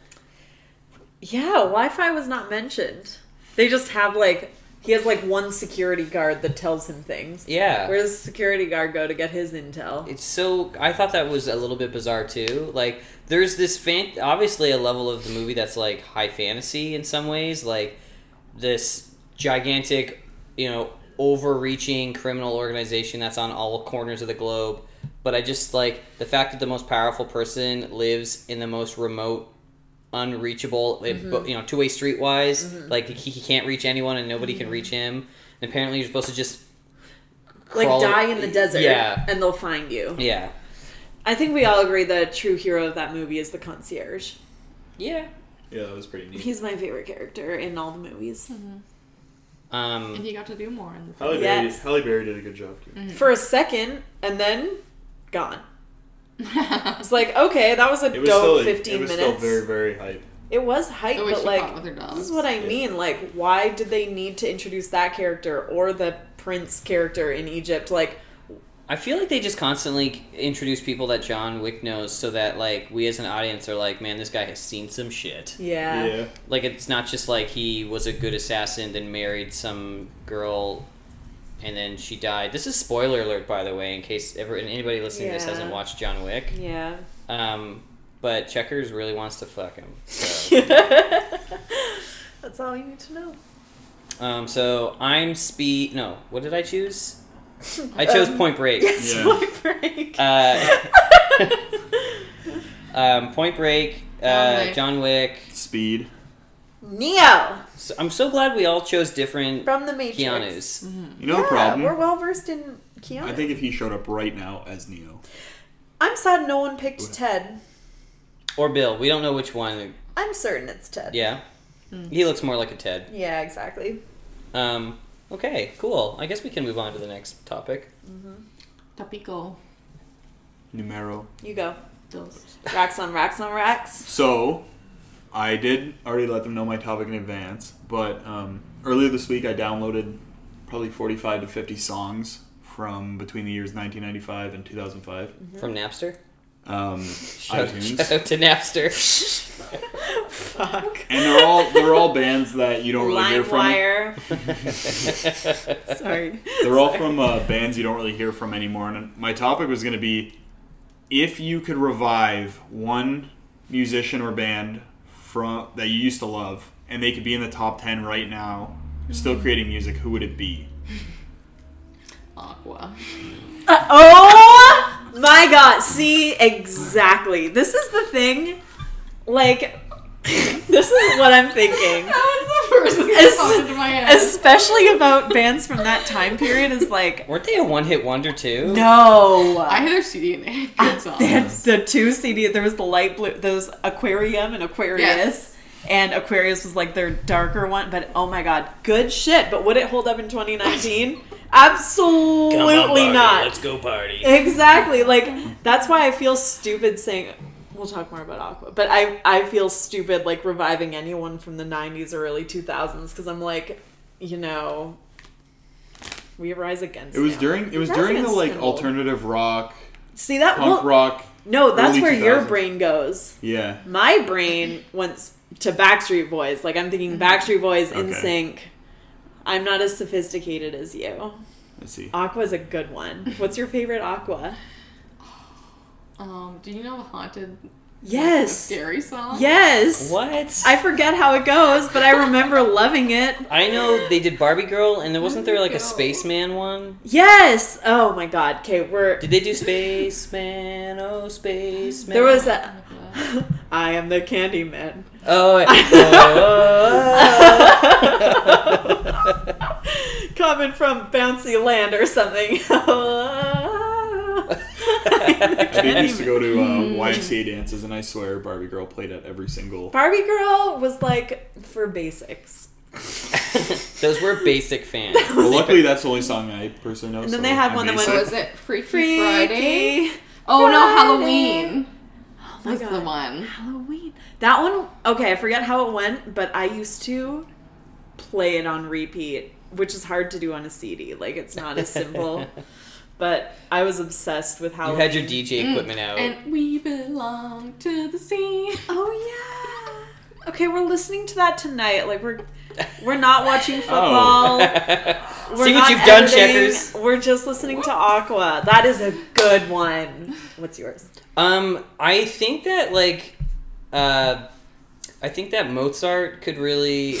Speaker 4: Yeah, Wi-Fi was not mentioned. They just have like he has like one security guard that tells him things.
Speaker 1: Yeah,
Speaker 4: Where does the security guard go to get his intel?
Speaker 1: it's so. I thought that was a little bit bizarre too. Like there's this fan, obviously a level of the movie that's like high fantasy in some ways, like this gigantic, you know, overreaching criminal organization that's on all corners of the globe. But I just like the fact that the most powerful person lives in the most remote, unreachable, eh,
Speaker 4: Mm-hmm.
Speaker 1: bo- you know, two way street wise. Like he, he can't reach anyone and nobody
Speaker 4: Mm-hmm.
Speaker 1: can reach him. And apparently you're supposed to just
Speaker 4: Like
Speaker 1: crawl-
Speaker 4: die in the desert
Speaker 1: Yeah.
Speaker 4: and they'll find you.
Speaker 1: Yeah.
Speaker 4: I think we all agree the true hero of that movie is the concierge.
Speaker 1: Yeah.
Speaker 2: yeah, that was pretty neat.
Speaker 4: He's my favorite character in all the movies.
Speaker 1: Hmm. Um,
Speaker 3: Mm-hmm. And he got to do more in the
Speaker 2: Halle
Speaker 4: Berry- Yes.
Speaker 2: Halle Berry did a good job too.
Speaker 4: For a second and then gone.
Speaker 3: third.
Speaker 4: It's like, okay, that was a dope 15 minutes.
Speaker 2: very hype.
Speaker 4: It was hype,
Speaker 3: The way
Speaker 4: but
Speaker 3: she
Speaker 4: like,
Speaker 3: fought with her dogs.
Speaker 4: this is what I
Speaker 2: Yeah.
Speaker 4: mean. Like, why did they need to introduce that character or the prince character in Egypt? Like,
Speaker 1: I feel like they just constantly introduce people that John Wick knows so that like we as an audience are like, man, this guy has seen some shit.
Speaker 4: yeah.
Speaker 2: Yeah,
Speaker 1: Like it's not just like he was a good assassin then married some girl and then she died. This is spoiler alert by the way in case ever and anybody listening to this
Speaker 4: Yeah.
Speaker 1: hasn't watched John Wick.
Speaker 4: Yeah.
Speaker 1: Um but Checkers really wants to fuck him. So.
Speaker 4: That's all you need to know.
Speaker 1: um so I'm speed no, what did I choose? I chose
Speaker 4: Um,
Speaker 1: Point Break.
Speaker 4: Yes,
Speaker 2: Yeah.
Speaker 4: my break.
Speaker 1: Uh Um, Point Break,
Speaker 3: John
Speaker 1: uh,
Speaker 3: Wick.
Speaker 1: John Wick.
Speaker 2: Speed.
Speaker 4: Neo
Speaker 1: So I'm so glad we all chose different
Speaker 4: from the Matrix.
Speaker 1: Keanu's.
Speaker 2: You know
Speaker 4: Yeah,
Speaker 2: the
Speaker 4: We're
Speaker 2: problem?
Speaker 4: well versed in Keanu.
Speaker 2: I think if he showed up right now as Neo,
Speaker 4: I'm sad no one picked
Speaker 2: Okay.
Speaker 4: Ted.
Speaker 1: Or Bill. We don't know which one.
Speaker 4: I'm certain it's Ted.
Speaker 1: Yeah.
Speaker 4: Mm.
Speaker 1: He looks more like a Ted.
Speaker 4: Yeah, exactly.
Speaker 1: Um, okay, cool. I guess we can move on to the next topic.
Speaker 3: Topico.
Speaker 2: Numero.
Speaker 4: You go.
Speaker 3: Dos.
Speaker 4: Racks on racks on racks.
Speaker 2: So, I did already let them know my topic in advance, but um, earlier this week I downloaded probably 45 to 50 songs from between the years 1995 and 2005.
Speaker 4: Mm-hmm.
Speaker 1: From Napster?
Speaker 2: Um,
Speaker 1: Shout, shout
Speaker 2: iTunes.
Speaker 1: out to Napster.
Speaker 4: Fuck.
Speaker 2: And they're all they're all bands that you don't really hear from.
Speaker 4: LimeWire. Sorry.
Speaker 2: They're all
Speaker 4: Sorry.
Speaker 2: from uh, bands you don't really hear from anymore. And my topic was going to be if you could revive one musician or band from that you used to love, and they could be in the top ten right now,
Speaker 4: Mm-hmm.
Speaker 2: still creating music, who would it be?
Speaker 3: Aqua.
Speaker 4: Uh, Oh my god. See, exactly. This is the thing. Like, this is what I'm thinking.
Speaker 3: That was the first thing
Speaker 4: Es-
Speaker 3: that popped into my head.
Speaker 4: Especially about bands from that time period is like,
Speaker 1: Weren't they a one hit wonder too?
Speaker 4: no.
Speaker 3: I had their CD and they had good songs.
Speaker 4: They had the two CD. There was the light blue. There was Aquarium and Aquarius.
Speaker 3: Yes.
Speaker 4: And Aquarius was like their darker one. But oh my god, good shit. But would it hold up in 2019?
Speaker 1: Come on,
Speaker 4: Absolutely
Speaker 1: Barbie,
Speaker 4: not.
Speaker 1: Let's go party.
Speaker 4: Exactly. Like that's why I feel stupid saying. We'll talk more about Aqua, but I I feel stupid like reviving anyone from the 90s or early 2000s because I'm like, you know, we rise against.
Speaker 2: It was
Speaker 4: now.
Speaker 2: during it was
Speaker 4: Rise
Speaker 2: during the
Speaker 4: against
Speaker 2: like
Speaker 4: an old-
Speaker 2: alternative rock,
Speaker 4: See that? well,
Speaker 2: punk rock.
Speaker 4: no, that's
Speaker 2: early
Speaker 4: where your
Speaker 2: 2000s.
Speaker 4: brain goes.
Speaker 2: Yeah,
Speaker 4: my brain went to Backstreet Boys. Like I'm thinking Backstreet Boys,
Speaker 2: Okay.
Speaker 4: In Sync. I'm not as sophisticated as you.
Speaker 2: let's see.
Speaker 4: Aqua's a good one. What's your favorite Aqua?
Speaker 3: Um, do you know the haunted
Speaker 4: Yes.
Speaker 3: scary song?
Speaker 4: Yes.
Speaker 1: What?
Speaker 4: I forget how it goes, but I remember loving it.
Speaker 1: I know they did Barbie Girl, and there wasn't there like a
Speaker 3: Girl.
Speaker 1: spaceman one?
Speaker 4: Yes. Oh my god. Okay, we're
Speaker 1: Did they do Spaceman? Oh, Spaceman.
Speaker 4: there was a I am the Candyman.
Speaker 1: Oh, wait. Oh.
Speaker 4: Coming from bouncy land or something. I am the
Speaker 2: They used to
Speaker 4: Candyman.
Speaker 2: go to uh, YMCA dances, and I swear Barbie Girl played at every single.
Speaker 4: Barbie Girl was like for basics.
Speaker 1: Those were basic fans.
Speaker 2: Well, luckily that's the only song I personally know.
Speaker 4: And then
Speaker 2: so
Speaker 4: they had
Speaker 2: I
Speaker 4: one that
Speaker 2: base
Speaker 4: went-
Speaker 2: it.
Speaker 3: Was it Freaky,
Speaker 4: Freaky
Speaker 3: Friday? Oh no, Halloween
Speaker 4: Oh my
Speaker 3: was the
Speaker 4: god.
Speaker 3: one.
Speaker 4: Halloween. That one, okay, I forget how it went, but I used to play it on repeat, which is hard to do on a CD. Like, it's not as simple. but I was obsessed with
Speaker 1: You
Speaker 4: Halloween.
Speaker 1: had your
Speaker 4: Mm,
Speaker 1: DJ equipment out.
Speaker 3: And we belong to the sea.
Speaker 4: Oh, yeah. Okay, we're listening to that tonight. Like, we're. We're not watching football. We're
Speaker 1: Oh. See what
Speaker 4: not
Speaker 1: you've done,
Speaker 4: editing.
Speaker 1: checkers.
Speaker 4: We're just listening to Aqua. That is a good one. What's yours?
Speaker 1: Um, I think that like, uh, I think that Mozart could really.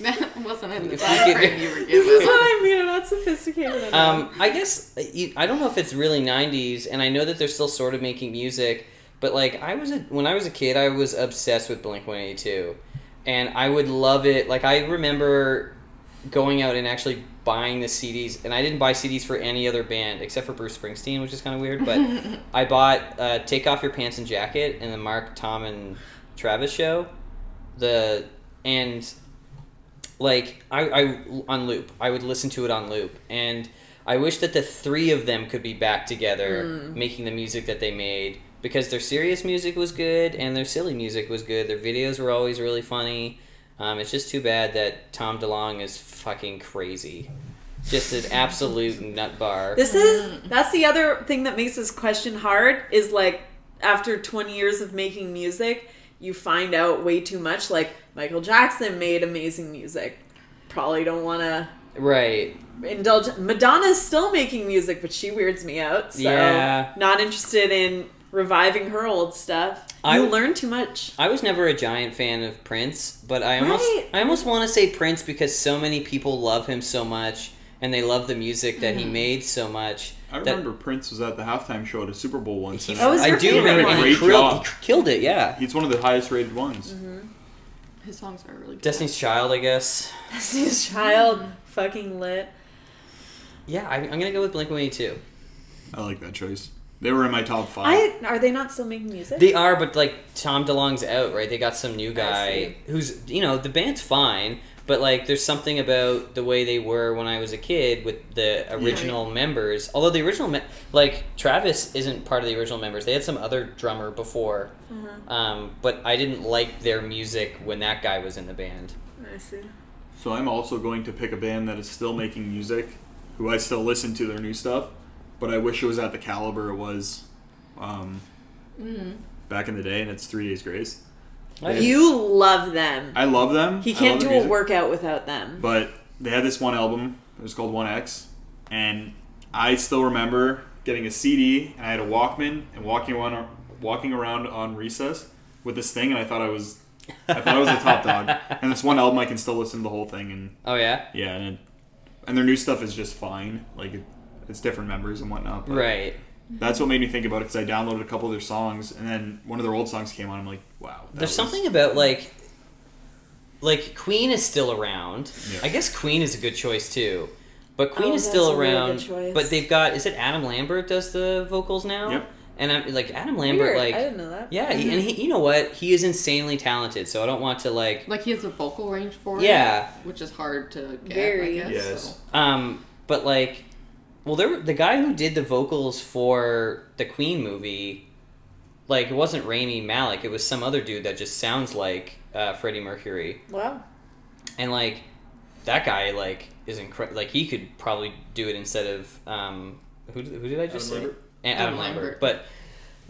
Speaker 3: That wasn't in the
Speaker 1: If you
Speaker 3: diagram
Speaker 1: could-
Speaker 3: you were
Speaker 4: This is
Speaker 3: given.
Speaker 4: what I mean. I'm not sophisticated enough.
Speaker 1: um, I guess you- I don't know if it's really '90s, and I know that they're still sort of making music, but like I was a, when I was a kid, I was obsessed with Blink One Eighty Two, and I would love it. Like I remember going out and actually buying the CDs, and I didn't buy CDs for any other band except for Bruce Springsteen, which is kind of weird. But I bought uh, "Take Off Your Pants and Jacket" and the Mark, Tom, and Travis show. The and like I, I on loop. I would listen to it on loop, and I wish that the three of them could be back together making the music that they made because their serious music was good and their silly music was good. Their videos were always really funny. Um, it's just too bad that Tom DeLonge is fucking crazy. Just an absolute nut bar.
Speaker 4: This is
Speaker 2: Mm-hmm.
Speaker 4: that's the other thing that makes this question hard is like after 20 years of making music, you find out way too much like Michael Jackson made amazing music. Probably don't want to
Speaker 1: right.
Speaker 4: indulge Madonna's still making music, but she weirds me out. So
Speaker 1: Yeah.
Speaker 4: not interested in reviving her old stuff.
Speaker 1: I-
Speaker 4: you learn too much.
Speaker 1: I was never a giant fan of Prince, but I almost
Speaker 4: Right.
Speaker 1: I almost want to say Prince because so many people love him so much and they love the music that he made so much.
Speaker 2: I
Speaker 1: that-
Speaker 2: remember Prince was at the halftime show at a Super Bowl once.
Speaker 1: He,
Speaker 2: and
Speaker 4: That was
Speaker 1: I
Speaker 4: your
Speaker 1: do
Speaker 4: favorite
Speaker 1: remember
Speaker 4: one.
Speaker 1: he
Speaker 2: Great
Speaker 1: killed,
Speaker 2: job.
Speaker 1: he killed it. Yeah,
Speaker 2: He's one of the highest rated ones.
Speaker 4: Mm-hmm.
Speaker 3: His songs are really good.
Speaker 1: Destiny's Child, I guess.
Speaker 4: Destiny's Child, fucking lit.
Speaker 1: Yeah, I, I'm gonna go with Blink One Eighty Two.
Speaker 2: I like that choice. They were in my top five.
Speaker 4: I are they not still making music?
Speaker 1: They are, but like Tom DeLonge's out, right? They got some new guy
Speaker 4: see.
Speaker 1: who's you know the band's fine, but like there's something about the way they were when I was a kid with the original members. Although the original me- like Travis isn't part of the original members. They had some other drummer before,
Speaker 4: Uh-huh.
Speaker 1: um, but I didn't like their music when that guy was in the band.
Speaker 4: I see.
Speaker 2: so I'm also going to pick a band that is still making music, who I still listen to their new stuff, but I wish it was at the caliber it was um,
Speaker 4: Mm-hmm.
Speaker 2: back in the day, and it's Three Days Grace.
Speaker 4: You love them.
Speaker 2: I love them.
Speaker 4: He
Speaker 2: I
Speaker 4: can't
Speaker 2: love
Speaker 4: do
Speaker 2: their
Speaker 4: a
Speaker 2: music.
Speaker 4: workout without them.
Speaker 2: But they had this one album. It was called One X, and I still remember getting a CD and I had a Walkman and walking around, walking around on recess with this thing, and I thought I was, I thought I was a top dog. And this one album, I can still listen to the whole thing, and
Speaker 1: oh yeah,
Speaker 2: yeah, and, it, and their new stuff is just fine. Like it, it's different members and whatnot. But
Speaker 1: right.
Speaker 2: That's what made me think about it because I downloaded a couple of their songs, and then one of their old songs came on. I'm like, wow. that
Speaker 1: There's
Speaker 2: was-
Speaker 1: something about like like Queen is still around.
Speaker 2: Yeah.
Speaker 1: I guess Queen is a good choice too. But Queen
Speaker 4: Oh,
Speaker 1: is
Speaker 4: that's
Speaker 1: still
Speaker 4: a really good
Speaker 1: around.
Speaker 4: choice.
Speaker 1: but they've got is it Adam Lambert does the vocals now?
Speaker 2: Yep.
Speaker 1: And I'm like Adam Lambert
Speaker 4: Weird.
Speaker 1: like
Speaker 4: I didn't Mm-hmm. know that.
Speaker 1: yeah, he, and he, you know what? He is insanely talented, so I don't want to like
Speaker 3: Like he has a vocal range for
Speaker 1: Yeah.
Speaker 3: it, which is hard to get.
Speaker 4: Very.
Speaker 3: I guess,
Speaker 2: Yes.
Speaker 3: so.
Speaker 1: Um, but like, well, there the guy who did the vocals for the Queen movie, like it wasn't Rami Malik, it was some other dude that just sounds like uh, Freddie Mercury,
Speaker 4: Mm-hmm. Wow.
Speaker 1: and like that guy like is incredible. Like he could probably do it instead of um, who did, who did I just
Speaker 2: Adam
Speaker 1: say?
Speaker 2: Lambert?
Speaker 1: A- Adam,
Speaker 3: Adam
Speaker 1: Lambert.
Speaker 3: Lambert.
Speaker 1: But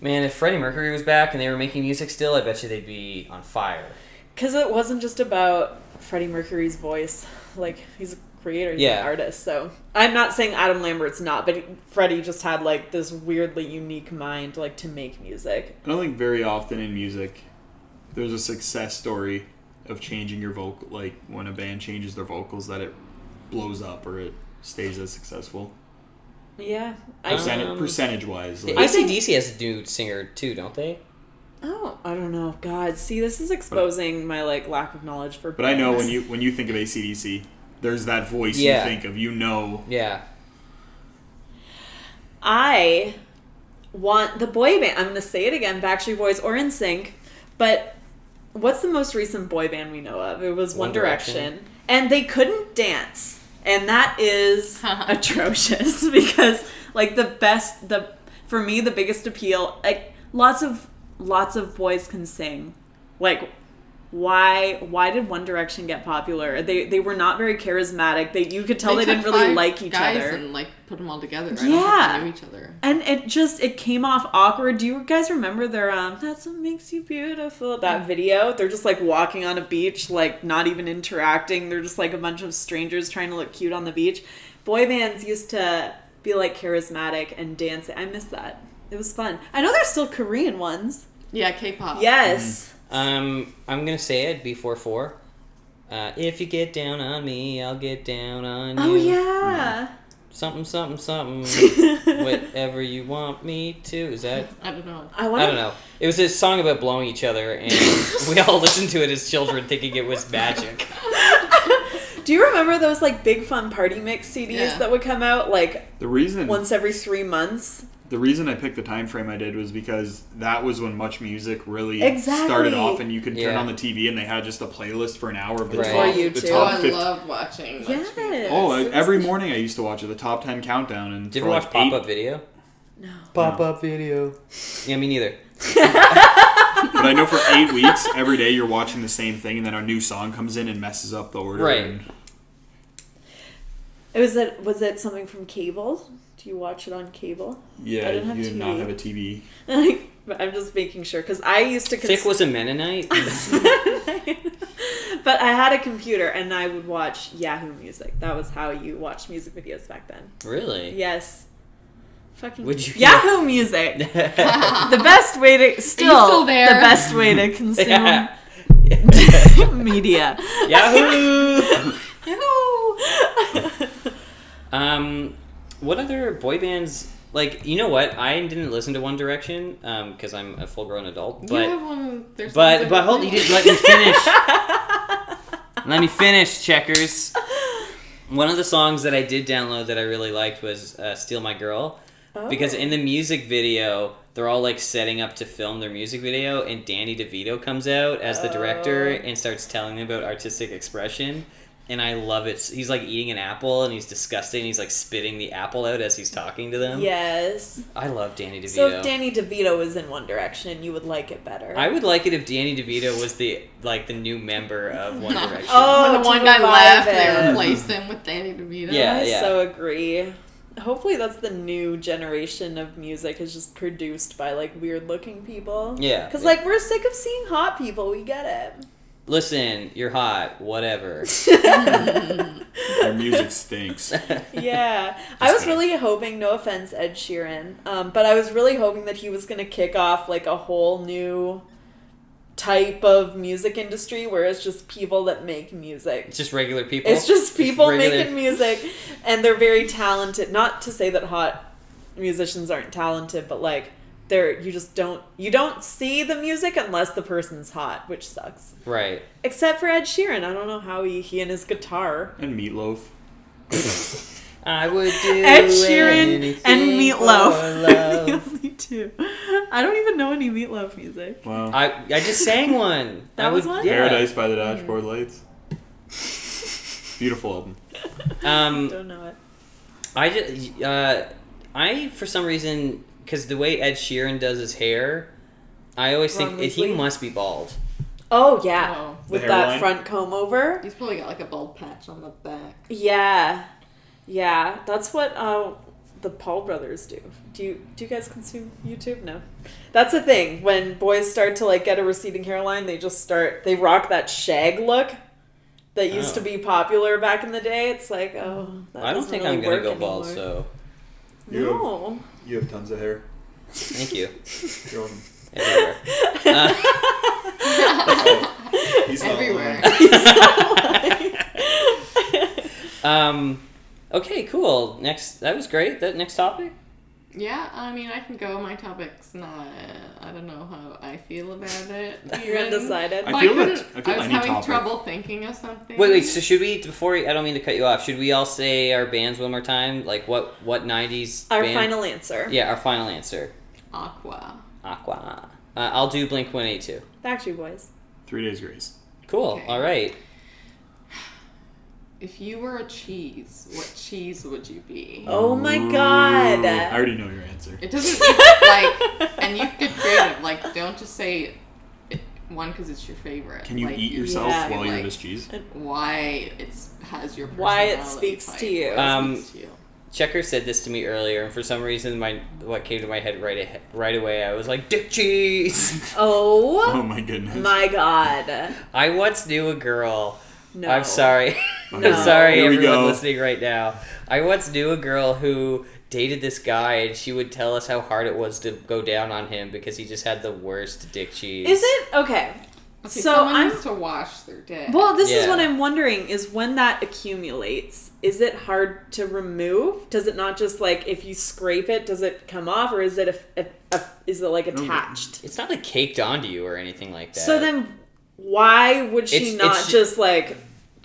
Speaker 1: man, if Freddie Mercury was back and they were making music still, I bet you they'd be on fire.
Speaker 4: Because it wasn't just about Freddie Mercury's voice. Like he's a creator, he's
Speaker 1: Yeah.
Speaker 4: an artist. So I'm not saying Adam Lambert's not, but Freddie just had like this weirdly unique mind, like to make music.
Speaker 2: I don't think very often in music there's a success story of changing your vocal like when a band changes their vocals that it blows up or it stays as successful.
Speaker 4: Yeah. I
Speaker 1: Um,
Speaker 2: Percent- percentage wise.
Speaker 1: The
Speaker 2: Like,
Speaker 4: I think-
Speaker 1: ACDC has a new singer too, don't they?
Speaker 4: oh, I don't know. God, see, this is exposing my like lack of knowledge for.
Speaker 2: but I know when
Speaker 4: bands.
Speaker 2: you when you think of ACDC, there's that voice
Speaker 1: Yeah.
Speaker 2: you think of. You know
Speaker 1: Yeah.
Speaker 4: I want the boy band. I'm going to say it again: Backstreet Boys or In Sync. But what's the most recent boy band we know of? It was One,
Speaker 1: One
Speaker 4: Direction.
Speaker 1: Direction.
Speaker 4: and they couldn't dance, and that is
Speaker 3: Uh-huh.
Speaker 4: atrocious because, like, the best the for me the biggest appeal. Like, lots of lots of boys can sing, like. Why? Why did One Direction get popular? They they were not very charismatic. They you could tell they,
Speaker 3: took
Speaker 4: didn't really
Speaker 3: five
Speaker 4: like each
Speaker 3: guys
Speaker 4: other.
Speaker 3: and like put them all together. Right? I don't think
Speaker 4: Yeah.
Speaker 3: they knew each other.
Speaker 4: And it just it came off awkward. Do you guys remember their um that's what makes you beautiful that video? They're just like walking on a beach, like not even interacting. They're just like a bunch of strangers trying to look cute on the beach. Boy bands used to be like charismatic and dance. I miss that. It was fun. I know there's still Korean ones.
Speaker 3: Yeah, K-pop.
Speaker 4: Yes.
Speaker 1: Um, I'm gonna say it before four. Uh, if you get down on me, I'll get down on you.
Speaker 4: Oh yeah.
Speaker 1: Something, something, something. Whatever you want me to. Is that?
Speaker 3: I don't know.
Speaker 4: I want
Speaker 1: I don't know. It was a song about blowing each other, and we all listened to it as children, thinking it was magic.
Speaker 4: Do you remember those like big fun party mix CDs
Speaker 3: Yeah.
Speaker 4: that would come out like
Speaker 2: the reason
Speaker 4: once every 3 months?
Speaker 2: the reason I picked the time frame I did was because that was when much music really
Speaker 4: Exactly.
Speaker 2: started off and you could turn
Speaker 1: Yeah.
Speaker 2: on the TV and they had just a playlist for an hour of the
Speaker 1: Right.
Speaker 2: top,
Speaker 1: For
Speaker 4: you
Speaker 2: the
Speaker 4: too.
Speaker 3: Oh,
Speaker 2: top
Speaker 3: I
Speaker 2: 50
Speaker 3: love watching. like,
Speaker 4: Yes.
Speaker 2: Oh, I- every morning I used to watch it, the top ten countdown, and
Speaker 1: Did you
Speaker 2: for
Speaker 1: ever
Speaker 2: like
Speaker 1: watch Pop
Speaker 2: eight-
Speaker 1: Up Video?
Speaker 4: No.
Speaker 1: Pop Up Video. Yeah, me neither.
Speaker 2: But I know for eight weeks, every day you're watching the same thing, and then a new song comes in and messes up the order.
Speaker 1: Right.
Speaker 2: and-
Speaker 4: It was that was that something from cable? Do you watch it on cable?
Speaker 2: yeah,
Speaker 4: I didn't have
Speaker 2: you did not
Speaker 4: TV.
Speaker 2: have a TV.
Speaker 4: I'm just making sure because I used to.
Speaker 1: Thick was a Mennonite.
Speaker 4: but I had a computer and I would watch Yahoo Music. That was how you watched music videos back then.
Speaker 1: really?
Speaker 4: Yes. Fucking
Speaker 1: Would you-
Speaker 4: Yahoo Music. the best way to still,
Speaker 3: still there?
Speaker 4: the best way to consume
Speaker 1: Yeah.
Speaker 4: media.
Speaker 1: Yahoo!
Speaker 4: Yahoo!
Speaker 1: Um, what other boy bands? Like, you know what? I didn't listen to One Direction because I'm a full grown adult. But
Speaker 3: you have one of their songs
Speaker 1: but
Speaker 3: that
Speaker 1: but hold,
Speaker 3: you
Speaker 1: you didn't let me finish. Let me finish, checkers. One of the songs that I did download that I really liked was uh, "Steal My Girl" because
Speaker 4: Oh.
Speaker 1: in the music video they're all like setting up to film their music video, and Danny DeVito comes out as the director
Speaker 4: Oh.
Speaker 1: and starts telling them about artistic expression. And I love it. He's like eating an apple, and he's disgusted. And he's like spitting the apple out as he's talking to them.
Speaker 4: yes.
Speaker 1: I love Danny DeVito.
Speaker 4: So if Danny DeVito was in One Direction, you would like it better.
Speaker 1: I would like it if Danny DeVito was the like the new member of One
Speaker 3: No.
Speaker 1: Direction.
Speaker 4: Oh,
Speaker 3: when the
Speaker 4: to
Speaker 3: one guy
Speaker 4: revive
Speaker 3: left,
Speaker 4: it.
Speaker 3: they replaced him with Danny DeVito.
Speaker 1: Yeah.
Speaker 4: I so agree. Hopefully, that's the new generation of music is just produced by like weird looking people.
Speaker 1: Yeah.
Speaker 4: Because like we're sick of seeing hot people. We get
Speaker 1: Listen, you're hot, whatever.
Speaker 4: it.
Speaker 2: Their music stinks.
Speaker 4: yeah, I was
Speaker 1: kidding.
Speaker 4: really hoping. No offense, Ed Sheeran, um, but I was really hoping that he was gonna kick off like a whole new type of music industry where it's just people that make music.
Speaker 1: It's just regular people.
Speaker 4: It's just people
Speaker 1: regular-
Speaker 4: making music, and they're very talented. Not to say that hot musicians aren't talented, but like they're you just don't you don't see the music unless the person's hot, which sucks.
Speaker 1: Right.
Speaker 4: Except for Ed Sheeran, I don't know how he he and his guitar.
Speaker 2: And meatloaf.
Speaker 1: I would do
Speaker 4: Ed Sheeran
Speaker 1: anything
Speaker 4: and
Speaker 1: for
Speaker 4: Meatloaf, the
Speaker 1: love.
Speaker 4: only two. I don't even know any Meatloaf music.
Speaker 2: Wow.
Speaker 1: I I just sang one.
Speaker 4: That
Speaker 1: I
Speaker 4: was
Speaker 1: would-
Speaker 4: one?
Speaker 1: yeah.
Speaker 2: Paradise by the Dashboard Lights. Beautiful album.
Speaker 1: Um,
Speaker 4: don't know it.
Speaker 1: I just uh, I for some reason because the way Ed Sheeran does his hair, I always think
Speaker 4: Ron
Speaker 1: it, he
Speaker 4: Weasley?
Speaker 1: must be bald.
Speaker 4: Oh yeah,
Speaker 3: Oh.
Speaker 4: with
Speaker 2: The
Speaker 4: that
Speaker 2: hairline?
Speaker 4: front comb over.
Speaker 3: He's probably got like a bald patch on the back.
Speaker 4: Yeah, yeah, that's what uh, the Paul brothers do. Do you do you guys consume YouTube? No, that's the thing. When boys start to like get a receding hairline, they just start they rock that shag look that used
Speaker 1: Oh.
Speaker 4: to be popular back in the day. It's like oh, that
Speaker 1: I don't
Speaker 4: doesn't
Speaker 1: think
Speaker 4: really
Speaker 1: I'm gonna
Speaker 4: work
Speaker 1: go bald.
Speaker 4: anymore.
Speaker 1: So
Speaker 4: no.
Speaker 2: You have tons of hair.
Speaker 1: thank you.
Speaker 2: You're on-
Speaker 1: Everywhere. Uh,
Speaker 2: he's not
Speaker 3: Everywhere.
Speaker 2: lying.
Speaker 1: um, okay, cool. Next, that was great. That next topic.
Speaker 3: Yeah, I mean, I can go. My topic's not. I don't know how I feel about it.
Speaker 4: You're
Speaker 3: even.
Speaker 4: undecided.
Speaker 2: I
Speaker 3: Well,
Speaker 2: feel that-
Speaker 3: couldn't-
Speaker 2: I feel
Speaker 3: was
Speaker 2: any
Speaker 3: having
Speaker 2: topic.
Speaker 3: trouble thinking of something.
Speaker 1: Wait, wait. So should we? Before I don't mean to cut you off. Should we all say our bands one more time? Like what? What nineties?
Speaker 4: Our final answer.
Speaker 1: Yeah, our final answer.
Speaker 3: Aqua.
Speaker 1: Aqua. Uh, I'll do Blink One Eight Two.
Speaker 4: Factory Boys.
Speaker 2: Three Days Grace.
Speaker 1: Cool.
Speaker 3: Okay.
Speaker 1: All right.
Speaker 3: If you were a cheese, what cheese would you be?
Speaker 4: Oh my
Speaker 2: Ooh,
Speaker 4: god.
Speaker 2: I already know your answer.
Speaker 3: It doesn't even, like, and you get creative. Like, don't just say it, one because it's your favorite.
Speaker 2: Can you
Speaker 3: Like,
Speaker 2: eat yourself
Speaker 4: yeah,
Speaker 2: while you're
Speaker 3: like-
Speaker 2: this cheese?
Speaker 3: Why it's has your
Speaker 4: Why it
Speaker 3: personality
Speaker 4: speaks to
Speaker 3: type,
Speaker 4: you.
Speaker 3: why it
Speaker 1: Um,
Speaker 3: speaks to you.
Speaker 1: Checker said this to me earlier, and for some reason, my what came to my head right ahe- right away, I was like, "Dick cheese."
Speaker 2: Oh
Speaker 4: Oh
Speaker 2: my goodness.
Speaker 4: my god.
Speaker 1: I once knew a girl.
Speaker 4: No.
Speaker 1: I'm sorry.
Speaker 2: Okay,
Speaker 1: I'm sorry,
Speaker 2: Here we
Speaker 1: everyone
Speaker 2: go.
Speaker 1: listening right now. I once knew a girl who dated this guy, and she would tell us how hard it was to go down on him because he just had the worst dick cheese.
Speaker 4: Is it okay?
Speaker 3: Okay,
Speaker 4: so
Speaker 3: someone
Speaker 4: I'm-
Speaker 3: needs to wash their dick.
Speaker 4: Well, this is
Speaker 1: Yeah.
Speaker 4: what I'm wondering is when that accumulates, is it hard to remove? Does it not just like if you scrape it, does it come off or is it a, a, a- is it like attached?
Speaker 1: It's not like caked onto you or anything like that.
Speaker 4: So then why would she
Speaker 1: It's-
Speaker 4: not
Speaker 1: it's-
Speaker 4: just like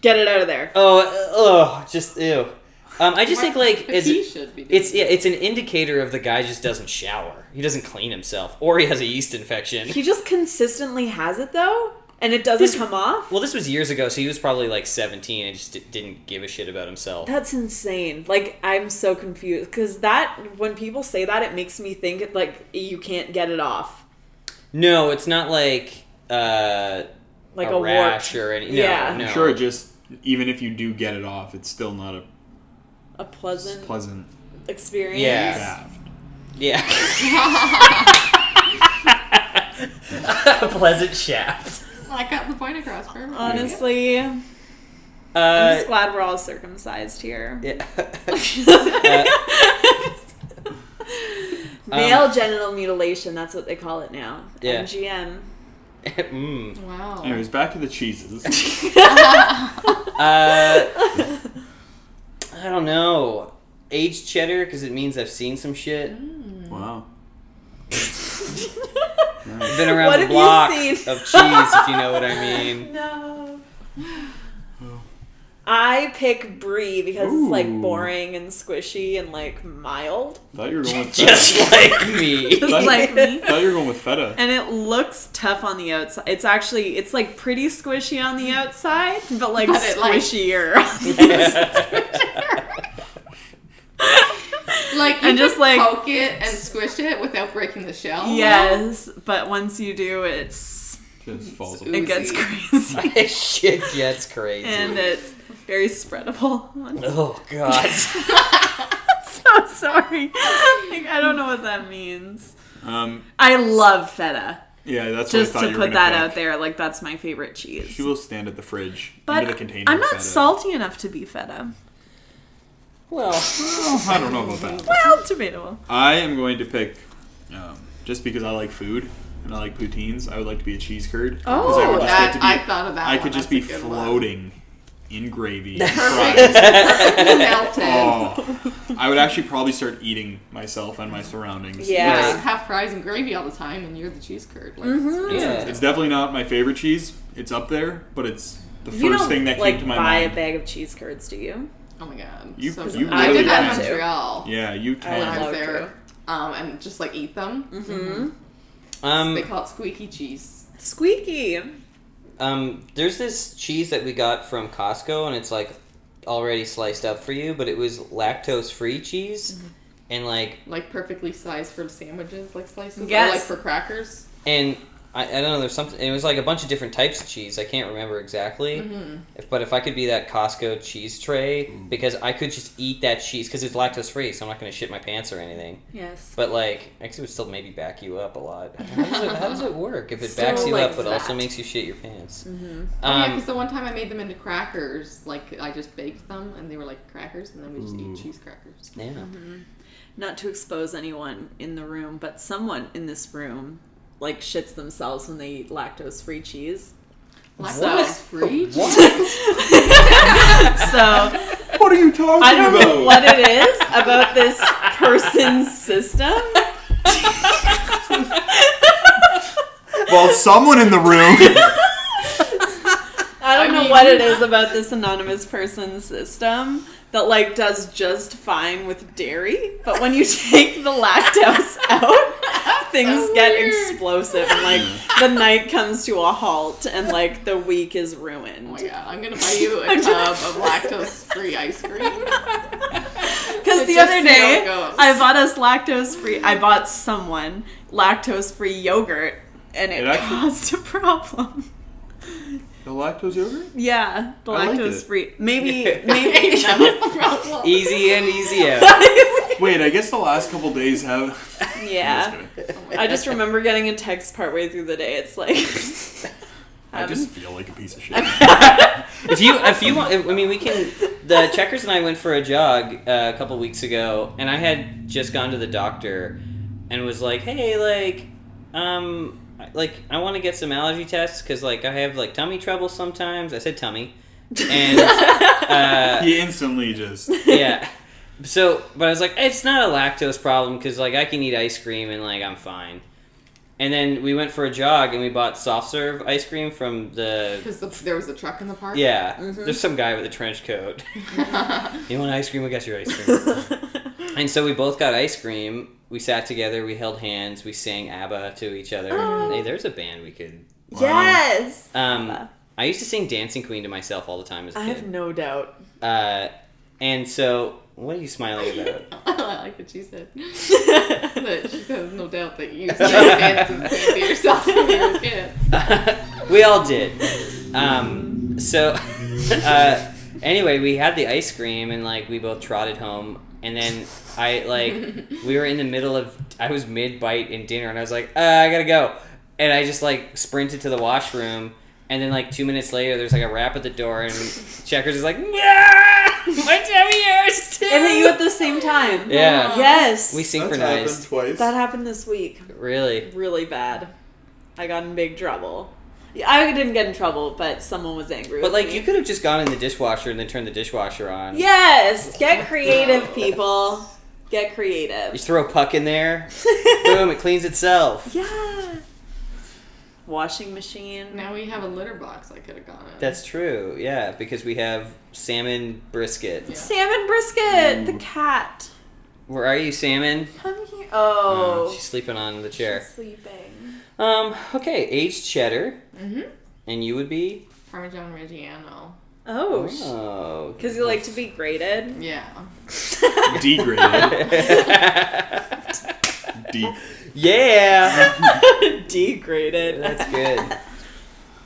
Speaker 4: get it out of there?
Speaker 1: oh, uh, oh, just ew. Um, I just think like
Speaker 3: But he
Speaker 1: it's
Speaker 3: should be.
Speaker 1: it's
Speaker 3: doing
Speaker 1: yeah, it's an indicator of the guy just doesn't shower. He doesn't clean himself, or he has a yeast infection.
Speaker 4: He just consistently has it though and it doesn't
Speaker 1: This-
Speaker 4: come off?
Speaker 1: well, this was years ago, so he was probably like seventeen and just d- didn't give a shit about himself.
Speaker 4: That's insane. Like I'm so confused cuz that when people say that it makes me think like you can't get it off.
Speaker 1: No, it's not like uh,
Speaker 4: Like
Speaker 1: a,
Speaker 4: a,
Speaker 1: rash
Speaker 4: wart,
Speaker 1: or any. No,
Speaker 4: Yeah.
Speaker 1: no.
Speaker 2: I'm sure it just, even if you do get it off, it's still not a
Speaker 4: a pleasant
Speaker 2: pleasant
Speaker 4: experience.
Speaker 1: Yeah.
Speaker 2: draft.
Speaker 1: Yeah. a pleasant shaft.
Speaker 3: it. I got the point across. perfectly.
Speaker 4: Honestly, I'm
Speaker 1: Uh,
Speaker 4: just glad we're all circumcised here.
Speaker 1: yeah. Uh, um,
Speaker 4: Male genital mutilation, that's what they call it now.
Speaker 1: Yeah.
Speaker 4: MGM.
Speaker 1: mm.
Speaker 3: Wow.
Speaker 2: Anyways, back to the cheeses.
Speaker 1: Uh, I don't know. aged cheddar because it means I've seen some shit.
Speaker 4: Mm.
Speaker 2: Wow.
Speaker 1: I've been around
Speaker 4: What
Speaker 1: the
Speaker 4: have you
Speaker 1: block of
Speaker 4: seen?
Speaker 1: cheese, if you know what I mean.
Speaker 4: No. I pick brie because it's like
Speaker 2: Ooh.
Speaker 4: boring and squishy and like mild.
Speaker 2: Thought you were going with
Speaker 1: Just like me.
Speaker 2: That's-
Speaker 4: like me.
Speaker 2: Thought you were going with feta.
Speaker 4: And it looks tough on the outside. It's actually it's like pretty squishy on the outside, but like
Speaker 3: But it, like-
Speaker 4: squishier.
Speaker 3: Like you
Speaker 4: And just,
Speaker 3: just
Speaker 4: like-
Speaker 3: like poke it and squish it without breaking the shell.
Speaker 4: yes, but once you do, it's
Speaker 2: Just falls.
Speaker 3: Ooh.
Speaker 2: Off.
Speaker 4: it gets crazy
Speaker 1: shit gets crazy.
Speaker 4: and it's very spreadable.
Speaker 1: oh god.
Speaker 4: so sorry. Like, I don't know what that means.
Speaker 2: Um.
Speaker 4: I love feta.
Speaker 2: Yeah, that's
Speaker 4: Just
Speaker 2: what Oh,
Speaker 4: to
Speaker 2: I thought you were
Speaker 4: put that
Speaker 2: gonna
Speaker 4: out there, like that's my favorite
Speaker 2: She
Speaker 4: cheese.
Speaker 2: will stand at the fridge
Speaker 4: But
Speaker 2: under the container.
Speaker 4: I'm
Speaker 2: of
Speaker 4: not
Speaker 2: feta.
Speaker 4: salty enough to be feta.
Speaker 1: Well,
Speaker 2: Oh, I don't know about that.
Speaker 4: Well, debatable.
Speaker 2: I am going to pick, um, just because I like food and I like poutines, I would like to be a cheese curd. 'Cause I
Speaker 3: Oh,
Speaker 2: would just
Speaker 3: that,
Speaker 2: get to be-
Speaker 3: I thought of that.
Speaker 2: I
Speaker 3: one.
Speaker 2: could
Speaker 4: Oh,
Speaker 2: just be
Speaker 3: That's a good one.
Speaker 2: floating in gravy. and fries.
Speaker 3: Perfect. Perfect melted.
Speaker 2: oh, I would actually probably start eating myself and my surroundings.
Speaker 4: Yeah.
Speaker 3: You just have fries and gravy all the time, and you're the cheese curd. Like,
Speaker 4: Mm-hmm.
Speaker 1: yeah.
Speaker 2: It's definitely not my favorite cheese. It's up there, but it's the
Speaker 4: you
Speaker 2: first
Speaker 4: don't
Speaker 2: thing that
Speaker 4: like
Speaker 2: came to my
Speaker 4: buy a
Speaker 2: mind.
Speaker 4: bag of cheese curds, do you?
Speaker 3: Oh my god.
Speaker 2: You-
Speaker 3: so
Speaker 2: you
Speaker 3: good.
Speaker 2: really
Speaker 3: I did that
Speaker 4: can.
Speaker 3: in Montreal
Speaker 2: Yeah, you
Speaker 4: I
Speaker 2: can.
Speaker 3: when I
Speaker 4: love- Mm-hmm.
Speaker 3: was there,
Speaker 4: Okay.
Speaker 3: um, and just like eat them.
Speaker 2: Mm-hmm.
Speaker 3: They
Speaker 1: um,
Speaker 3: call it squeaky cheese.
Speaker 4: Squeaky.
Speaker 1: um, there's this cheese that we got from Costco, and it's like already sliced up for you, but it was lactose free cheese, and like,
Speaker 3: Like perfectly sized for sandwiches, like slices,
Speaker 4: Yes.
Speaker 3: or like for crackers.
Speaker 1: and I, I don't know, there's something. It was like a bunch of different types of cheese. I can't remember exactly, if, but if I could be that Costco cheese tray, because I could just eat that cheese because it's lactose free, so I'm not gonna shit my pants or anything.
Speaker 4: Yes.
Speaker 1: But like, actually, it would still maybe back you up a lot. How does it, how does it work if it
Speaker 4: Still
Speaker 1: backs you
Speaker 4: like
Speaker 1: up, but also
Speaker 4: that.
Speaker 1: makes you shit your pants? Mm-hmm.
Speaker 3: Oh yeah,
Speaker 1: Um,
Speaker 3: because the one time I made them into crackers, like I just baked them, and they were like crackers, and then we just
Speaker 2: Ooh.
Speaker 3: eat cheese crackers.
Speaker 1: yeah.
Speaker 4: Not to expose anyone in the room, but someone in this room like shits themselves when they eat lactose-free cheese.
Speaker 3: Lactose free.
Speaker 4: So
Speaker 2: What are you talking
Speaker 4: I don't
Speaker 2: about?
Speaker 4: know what it is about this person's system.
Speaker 2: Well, someone in the room.
Speaker 4: I don't
Speaker 3: I
Speaker 4: know
Speaker 3: mean-
Speaker 4: what it is about this anonymous person's system that like does just fine with dairy, but when you take the lactose out, things
Speaker 3: so
Speaker 4: get
Speaker 3: weird.
Speaker 4: explosive and like the night comes to a halt and like the week is
Speaker 3: Oh
Speaker 4: ruined.
Speaker 3: my god! I'm gonna buy you a
Speaker 4: I'm
Speaker 3: tub
Speaker 4: just-
Speaker 3: of lactose free ice cream.
Speaker 4: Because
Speaker 3: It
Speaker 4: the
Speaker 3: just
Speaker 4: other
Speaker 3: so
Speaker 4: day,
Speaker 3: goes.
Speaker 4: I bought us lactose free. I bought someone lactose free yogurt, and it,
Speaker 2: It actually-
Speaker 4: caused a problem.
Speaker 2: the lactose yogurt?
Speaker 4: Yeah, the
Speaker 2: I liked it.
Speaker 4: lactose free. Maybe,
Speaker 3: Maybe
Speaker 4: maybe.
Speaker 3: that was the problem.
Speaker 1: Easy in, easy out.
Speaker 2: Wait, I guess the last couple days have.
Speaker 4: yeah,
Speaker 2: I'm just kidding.
Speaker 4: I just remember getting a text partway through the day. It's like,
Speaker 2: I
Speaker 4: Um,
Speaker 2: just feel like a piece of shit.
Speaker 1: if you if you want, if, I mean, we can. The checkers and I went for a jog uh, a couple weeks ago, and I had just gone to the doctor, and was like, "Hey, like, um, like I want to get some allergy tests because like I have like tummy trouble sometimes." I said tummy, and uh,
Speaker 2: He instantly just.
Speaker 1: yeah. So, but I was like, it's not a lactose problem because like I can eat ice cream and like I'm fine. And then we went for a jog and we bought soft serve ice cream from the
Speaker 3: Because the, there was a truck in the park.
Speaker 1: yeah. There's some guy with a trench coat. you want ice cream? We got your ice cream. and so we both got ice cream. We sat together. We held hands. We sang ABBA to each other.
Speaker 4: Oh.
Speaker 1: Hey, there's a band we could.
Speaker 2: Wow.
Speaker 4: yes.
Speaker 1: Um, I used to sing Dancing Queen to myself all the time as a
Speaker 4: I have
Speaker 1: kid.
Speaker 4: no doubt.
Speaker 1: Uh, and so, what are you smiling about?
Speaker 3: I like that she said. That she says no doubt that you still dance and can't be yourself when you were a kid.
Speaker 1: we all did. Um, so, uh, anyway, we had the ice cream and like we both trotted home. And then I like we were in the middle of I was mid bite in dinner and I was like uh, I gotta go, and I just like sprinted to the washroom. And then like two minutes later, there's like a rap at the door and Checkers is like, nah, my tummy hurts too.
Speaker 4: And hit you at the same time.
Speaker 1: yeah,
Speaker 4: Yes.
Speaker 1: we
Speaker 2: That's happened
Speaker 1: synchronized.
Speaker 2: twice.
Speaker 4: that happened this week.
Speaker 1: Really,
Speaker 4: Really bad. I got in big trouble. I didn't get in trouble, but someone was angry.
Speaker 1: But
Speaker 4: with
Speaker 1: like,
Speaker 4: me.
Speaker 1: you could have just gone in the dishwasher and then turned the dishwasher on.
Speaker 4: Yes, get creative, people. Get creative.
Speaker 1: You just throw a puck in there. Boom! It cleans itself.
Speaker 4: yeah. Washing machine.
Speaker 3: Now we have a litter box I could have gone in.
Speaker 1: That's true. Yeah, because we have salmon brisket.
Speaker 3: Yeah.
Speaker 4: Salmon brisket. The
Speaker 2: Ooh.
Speaker 4: cat.
Speaker 1: Where are you, salmon?
Speaker 4: Come here. Oh.
Speaker 1: she's sleeping on the chair.
Speaker 4: She's sleeping.
Speaker 1: Um. Okay, aged cheddar,
Speaker 3: Mm-hmm.
Speaker 1: and you would be.
Speaker 3: Parmesan Reggiano.
Speaker 4: Oh. sh-
Speaker 1: Oh.
Speaker 4: Cause you like to be graded.
Speaker 3: Yeah.
Speaker 2: Degraded. Deep.
Speaker 1: yeah.
Speaker 4: Degraded.
Speaker 1: That's good.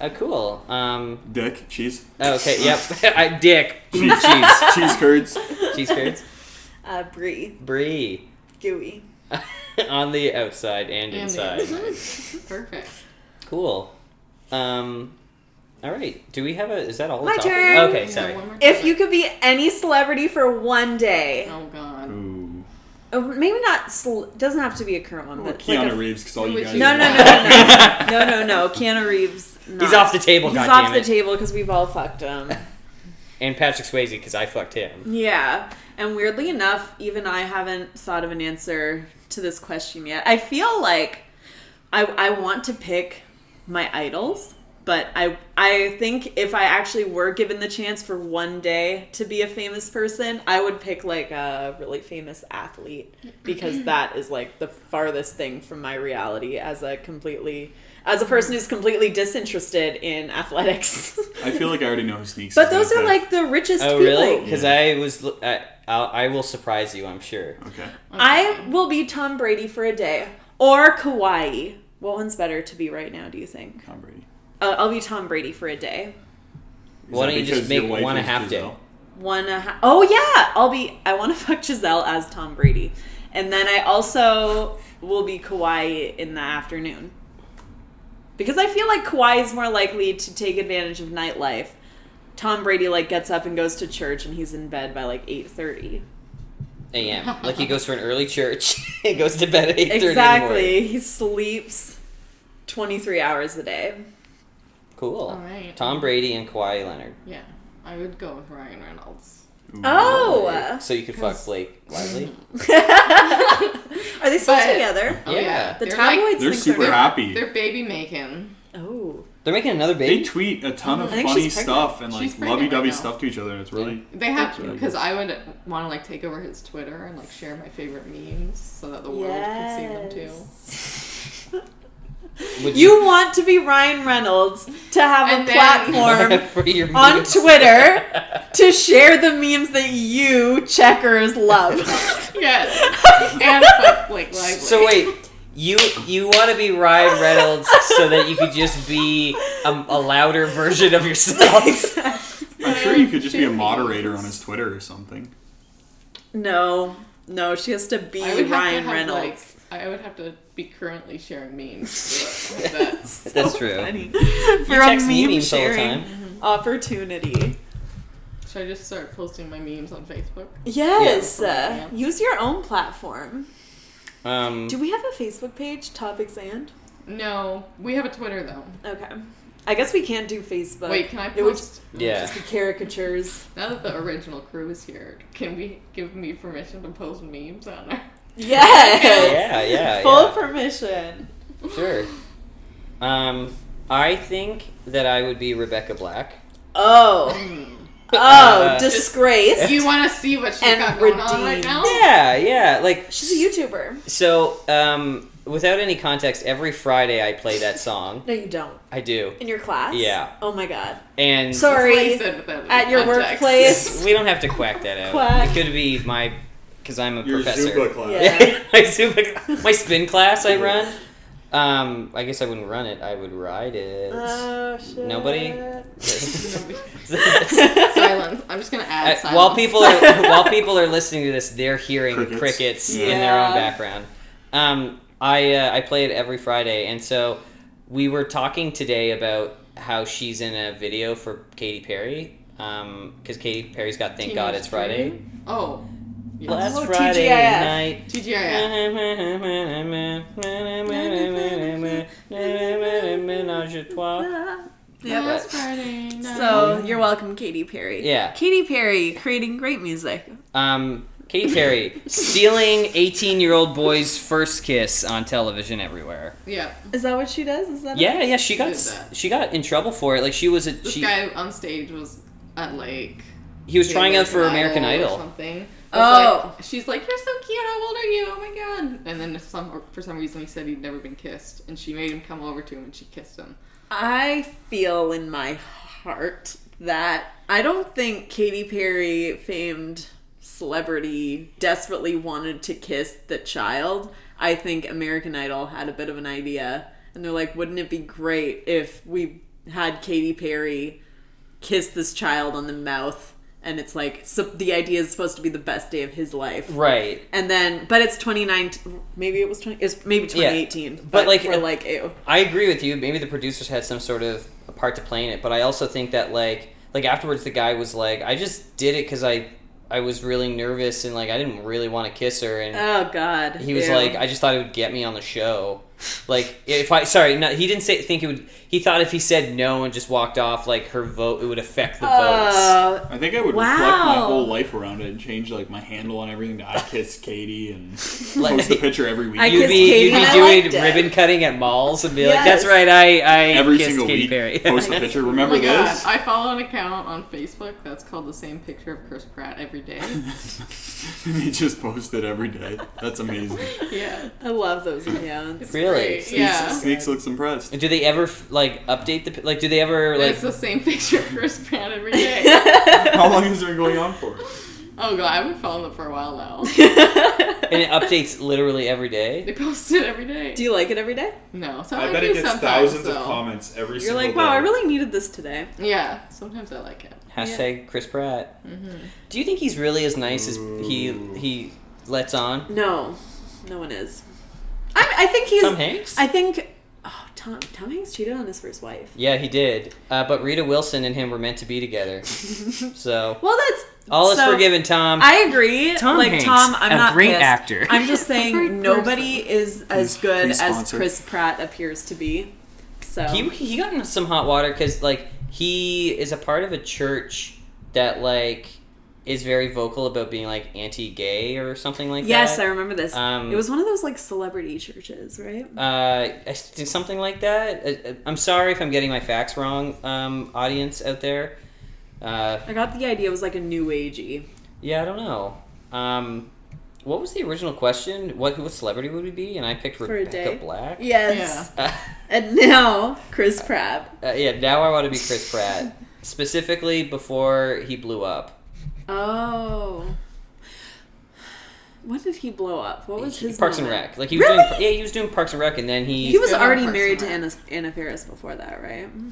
Speaker 1: Oh, cool. Um. oh,
Speaker 2: Dick. Cheese.
Speaker 1: Okay. Yep. I dick.
Speaker 2: Cheese.
Speaker 1: Cheese.
Speaker 2: Cheese curds.
Speaker 1: Cheese curds.
Speaker 4: Uh, brie,
Speaker 1: Brie.
Speaker 4: gooey.
Speaker 1: on the outside and,
Speaker 3: And the
Speaker 1: inside.
Speaker 3: inside. Perfect.
Speaker 1: Cool. Um. All right. Do we have a? Is that all? the
Speaker 4: My
Speaker 1: topics?
Speaker 4: turn.
Speaker 1: Okay.
Speaker 3: Yeah,
Speaker 1: Sorry.
Speaker 3: one more
Speaker 4: If
Speaker 3: time.
Speaker 4: you could be any celebrity for one day,
Speaker 3: Oh god.
Speaker 2: Ooh.
Speaker 4: Oh, maybe not. Sl- doesn't have to be a current
Speaker 1: Oh,
Speaker 4: one,
Speaker 2: Or
Speaker 4: but like
Speaker 2: Keanu
Speaker 4: a-
Speaker 2: Reeves, because all you
Speaker 3: Which
Speaker 2: guys.
Speaker 3: is-
Speaker 4: no, no, no, no, no, no, no, no. Keanu Reeves. Not.
Speaker 1: He's off the table.
Speaker 4: He's
Speaker 1: God
Speaker 4: off
Speaker 1: damn
Speaker 4: the
Speaker 1: it.
Speaker 4: table because we've all fucked him.
Speaker 1: and Patrick Swayze because I fucked him.
Speaker 4: Yeah. And weirdly enough, even I haven't thought of an answer to this question yet. I feel like I, I want to pick my idols, but I I think if I actually were given the chance for one day to be a famous person, I would pick like a really famous athlete because that is like the farthest thing from my reality as a completely as a person who's completely disinterested in athletics.
Speaker 2: I feel like I already know who sneaks.
Speaker 4: but
Speaker 2: is
Speaker 4: those are
Speaker 2: but-
Speaker 4: like the richest
Speaker 1: Oh
Speaker 4: people.
Speaker 1: really? Because I was. l- I, I'll, I will surprise you. I'm sure.
Speaker 2: Okay.
Speaker 4: I will be Tom Brady for a day or Kawhi. What one's better to be right now? Do you think?
Speaker 2: Tom Brady. Is
Speaker 4: Uh, I'll be Tom Brady for a day.
Speaker 1: Why
Speaker 2: that
Speaker 1: don't you just
Speaker 2: because your
Speaker 1: make
Speaker 2: wife
Speaker 1: one a
Speaker 2: is
Speaker 1: half day?
Speaker 2: Giselle?
Speaker 4: One. A ha- oh yeah, I'll be. I want to fuck Giselle as Tom Brady, and then I also will be Kawhi in the afternoon because I feel like Kawhi is more likely to take advantage of nightlife. Tom Brady like gets up and goes to church, and he's in bed by like eight thirty.
Speaker 1: A.M. Like he goes for an early church. he goes to bed at eight thirty.
Speaker 4: Exactly. He sleeps twenty three hours a day.
Speaker 1: Cool.
Speaker 3: All right.
Speaker 1: Tom Brady and Kawhi Leonard.
Speaker 3: Yeah. I would go with Ryan Reynolds.
Speaker 2: Ooh.
Speaker 4: Oh.
Speaker 1: So you could fuck
Speaker 3: Because-
Speaker 1: Blake Lively.
Speaker 4: Are they still
Speaker 3: But-
Speaker 4: together?
Speaker 1: Yeah.
Speaker 4: The
Speaker 3: Oh, They're like-
Speaker 4: tabloids
Speaker 2: They're
Speaker 4: think
Speaker 2: super
Speaker 4: they're
Speaker 2: happy.
Speaker 3: They're baby making.
Speaker 4: Oh.
Speaker 1: They're making another
Speaker 2: they
Speaker 1: baby.
Speaker 2: tweet a ton of
Speaker 4: I think
Speaker 2: funny
Speaker 4: she's pregnant.
Speaker 2: stuff and
Speaker 3: She's
Speaker 2: like
Speaker 3: pregnant
Speaker 2: lovey dovey
Speaker 3: right now.
Speaker 2: stuff to each other. and It's really
Speaker 3: They have
Speaker 2: Thank you.
Speaker 3: because I would want to like take over his Twitter and like share my favorite memes so that the world could see them too.
Speaker 1: Would
Speaker 4: You want to be Ryan Reynolds to have
Speaker 3: And
Speaker 4: a
Speaker 3: then-
Speaker 4: platform
Speaker 1: for your
Speaker 4: on
Speaker 1: memes.
Speaker 4: Twitter to share the memes that you checkers love.
Speaker 3: Yes. and fuck Blake Lively.
Speaker 1: So wait, you you want to be Ryan Reynolds so that you could just be a, a louder version of yourself?
Speaker 2: I'm sure you could just be a moderator on his Twitter or something.
Speaker 4: no. No, she has to be
Speaker 3: I would have to
Speaker 4: Ryan
Speaker 3: have,
Speaker 4: Reynolds.
Speaker 3: Like, I would have to be currently sharing memes. Like, that's
Speaker 1: That's true.
Speaker 4: Funny. For
Speaker 1: You
Speaker 4: a
Speaker 1: text me
Speaker 4: meme
Speaker 1: memes all the
Speaker 4: sharing
Speaker 1: time.
Speaker 4: opportunity.
Speaker 3: Should I just start posting my memes on Facebook?
Speaker 4: Yes.
Speaker 3: Yeah.
Speaker 4: uh, use your own platform.
Speaker 1: Um,
Speaker 4: Do we have a Facebook page, Topics and?
Speaker 3: No, we have a Twitter though.
Speaker 4: Okay. I guess we can't do Facebook.
Speaker 3: Wait, can I post?
Speaker 4: It would just
Speaker 1: yeah.
Speaker 4: be caricatures.
Speaker 3: Now that the original crew is here, can we give me permission to post memes on there?
Speaker 4: Yes.
Speaker 1: Yeah, yeah,
Speaker 4: Full
Speaker 1: yeah.
Speaker 4: permission.
Speaker 1: Sure. Um, I think that I would be Rebecca Black.
Speaker 4: Oh. Oh,
Speaker 1: Uh,
Speaker 4: disgrace.
Speaker 3: You want to see what she
Speaker 4: And
Speaker 3: got going on right
Speaker 4: redeemed.
Speaker 3: now?
Speaker 1: Yeah, yeah. Like
Speaker 4: Oh. She's a YouTuber.
Speaker 1: So, um, without any context, every Friday I play that song.
Speaker 4: No, you don't.
Speaker 1: I do,
Speaker 4: In your class?
Speaker 1: Yeah.
Speaker 4: Oh my god.
Speaker 1: and
Speaker 4: So-
Speaker 3: That's what I
Speaker 4: Sorry.
Speaker 3: said without any
Speaker 4: At your
Speaker 3: context.
Speaker 4: workplace.
Speaker 1: we don't have to quack that out.
Speaker 4: Quack.
Speaker 1: It could be my because I'm a
Speaker 2: Your
Speaker 1: professor.
Speaker 2: Zumba class.
Speaker 4: Yeah.
Speaker 1: Yeah, my Zumba, my spin class I run. Um, I guess I wouldn't run it. I would ride it.
Speaker 4: Oh shit.
Speaker 1: Nobody?
Speaker 3: silence. I'm just gonna add
Speaker 1: Uh,
Speaker 3: silence.
Speaker 1: while people are while people are listening to this, they're hearing crickets,
Speaker 2: Crickets.
Speaker 1: in their own
Speaker 4: Yeah.
Speaker 1: background. Um, I uh, I play it every Friday, and so we were talking today about how she's in a video for Katy Perry because Katy Perry's got "Thank God
Speaker 3: Teenage
Speaker 1: It's Friday."
Speaker 3: Dream. Oh, yes.
Speaker 1: Last
Speaker 4: Oh,
Speaker 1: Friday
Speaker 4: TGIF.
Speaker 1: night.
Speaker 3: TGIF.
Speaker 1: Not Ménage à Trois.
Speaker 3: Last
Speaker 4: but-
Speaker 3: Friday night.
Speaker 4: So you're welcome, Katy Perry.
Speaker 1: Yeah.
Speaker 4: Katy Perry creating great music.
Speaker 1: Um, Katy Perry stealing 18 year old boys' first kiss on television everywhere.
Speaker 3: yeah,
Speaker 4: Is that what she does? Is that
Speaker 1: Yeah, yeah, she got
Speaker 3: Did that.
Speaker 1: she got in trouble for it. Like she was a
Speaker 3: this
Speaker 1: she,
Speaker 3: guy on stage was at like.
Speaker 1: he was
Speaker 3: the
Speaker 1: trying out for American
Speaker 3: or
Speaker 1: Idol.
Speaker 3: something. Was
Speaker 4: Oh.
Speaker 3: like- she's like, you're so cute. How old are you? Oh my god! And then some or for some reason he said he'd never been kissed, and she made him come over to him, and she kissed him.
Speaker 4: I feel in my heart that I don't think Katy Perry, famed celebrity, desperately wanted to kiss the child. I think American Idol had a bit of an idea, and they're like, wouldn't it be great if we had Katy Perry kiss this child on the mouth? And it's like, so the idea is supposed to be the best day of his life.
Speaker 1: Right.
Speaker 4: And then, but it's 2019, maybe it was 20, it's maybe 2018. But,
Speaker 1: like,
Speaker 4: we're
Speaker 1: it-
Speaker 4: like, ew.
Speaker 1: I agree with you. Maybe the producers had some sort of a part to play in it, but I also think that like like afterwards the guy was like, I just did it because I I was really nervous and like I didn't really want to kiss her and
Speaker 4: Oh, God.
Speaker 1: He was
Speaker 4: ew.
Speaker 1: like, I just thought it would get me on the show. Like if I sorry, no, he didn't say think it would. He thought if he said no and just walked off, like her vote, it would affect the votes.
Speaker 4: Oh,
Speaker 2: I think I would reflect my
Speaker 4: Wow.
Speaker 2: whole life around it and change like my handle on everything to I kiss Katie and
Speaker 1: Like-
Speaker 2: post the picture every week.
Speaker 4: I
Speaker 1: You'd
Speaker 4: kissed
Speaker 1: be
Speaker 4: Katie
Speaker 1: you'd be
Speaker 4: and I
Speaker 1: doing
Speaker 4: liked it.
Speaker 1: ribbon cutting at malls and be like,
Speaker 4: Yes.
Speaker 1: that's right, I I
Speaker 2: every
Speaker 1: kissed
Speaker 2: single
Speaker 1: Katy
Speaker 2: week.
Speaker 1: Perry.
Speaker 2: Post the picture. Remember
Speaker 3: oh my
Speaker 2: this?
Speaker 3: god! I follow an account on Facebook that's called the same picture of Chris Pratt every day.
Speaker 2: they just post it every day. That's amazing.
Speaker 3: yeah,
Speaker 4: I love those accounts.
Speaker 1: Really?
Speaker 3: it's great.
Speaker 1: Sneaks-
Speaker 3: Yeah.
Speaker 2: Sneaks looks impressed.
Speaker 1: do they ever f- like update the pi- like? Do they ever like?
Speaker 3: it's the same picture of Chris Pratt every day.
Speaker 2: How long has it been going on for?
Speaker 3: oh god, I've been following it for a while now.
Speaker 1: And it updates literally every day.
Speaker 3: They post it every day.
Speaker 4: Do you like it every day?
Speaker 3: no, so
Speaker 2: I
Speaker 3: I,
Speaker 2: bet
Speaker 3: do
Speaker 2: it gets
Speaker 3: sometimes,
Speaker 2: thousands
Speaker 3: though.
Speaker 2: of comments every
Speaker 4: You're
Speaker 2: single
Speaker 4: like,
Speaker 2: day.
Speaker 4: wow, I really needed this today.
Speaker 3: Yeah, sometimes I like it.
Speaker 1: Hashtag Chris Pratt.
Speaker 4: Mm-hmm.
Speaker 1: Do you think he's really as nice as he
Speaker 2: Ooh.
Speaker 1: he lets on?
Speaker 4: No, no one is. I, I think he's.
Speaker 1: Tom Hanks.
Speaker 4: I think. Oh, Tom. Tom Hanks cheated on his first wife.
Speaker 1: Yeah, he did. Uh, but Rita Wilson and him were meant to be together. so
Speaker 4: Well, that's
Speaker 1: all is
Speaker 4: so-
Speaker 1: forgiven, Tom.
Speaker 4: I agree.
Speaker 1: Tom
Speaker 4: like
Speaker 1: Hanks,
Speaker 4: Tom, I'm
Speaker 1: a
Speaker 4: not
Speaker 1: great
Speaker 4: pissed.
Speaker 1: actor.
Speaker 4: I'm just
Speaker 3: Great
Speaker 4: saying nobody is as
Speaker 2: Please-
Speaker 4: good
Speaker 2: please
Speaker 4: as
Speaker 2: sponsor.
Speaker 4: Chris Pratt appears to be. So
Speaker 1: he he got in some hot water because like he is a part of a church that like is very vocal about being like anti-gay or something like
Speaker 4: yes, I
Speaker 1: that.
Speaker 4: remember this.
Speaker 1: Um,
Speaker 4: it was one of those like celebrity churches, right?
Speaker 1: Uh, I think something like that. I- I- I'm sorry if I'm getting my facts wrong, um, audience out there. Uh,
Speaker 4: I got the idea it was like a new agey.
Speaker 1: yeah, I don't know. Um, what was the original question? What what celebrity would we be? And I picked
Speaker 4: For a
Speaker 1: Rebecca
Speaker 4: day?
Speaker 1: Black.
Speaker 4: Yes.
Speaker 1: Uh,
Speaker 4: And now Chris Pratt.
Speaker 1: Uh, yeah, now I want to be Chris Pratt. Specifically before he blew up.
Speaker 4: Oh. When did he blow up? What was
Speaker 1: He-
Speaker 4: his
Speaker 1: Parks and
Speaker 4: moment?
Speaker 1: Rec. Like he was
Speaker 4: Really?
Speaker 1: doing Yeah, he was doing Parks and Rec and then he,
Speaker 4: He was
Speaker 3: been on
Speaker 4: already
Speaker 3: Parks
Speaker 4: married to
Speaker 3: and
Speaker 4: Anna, Anna Ferris before that, right? Mm,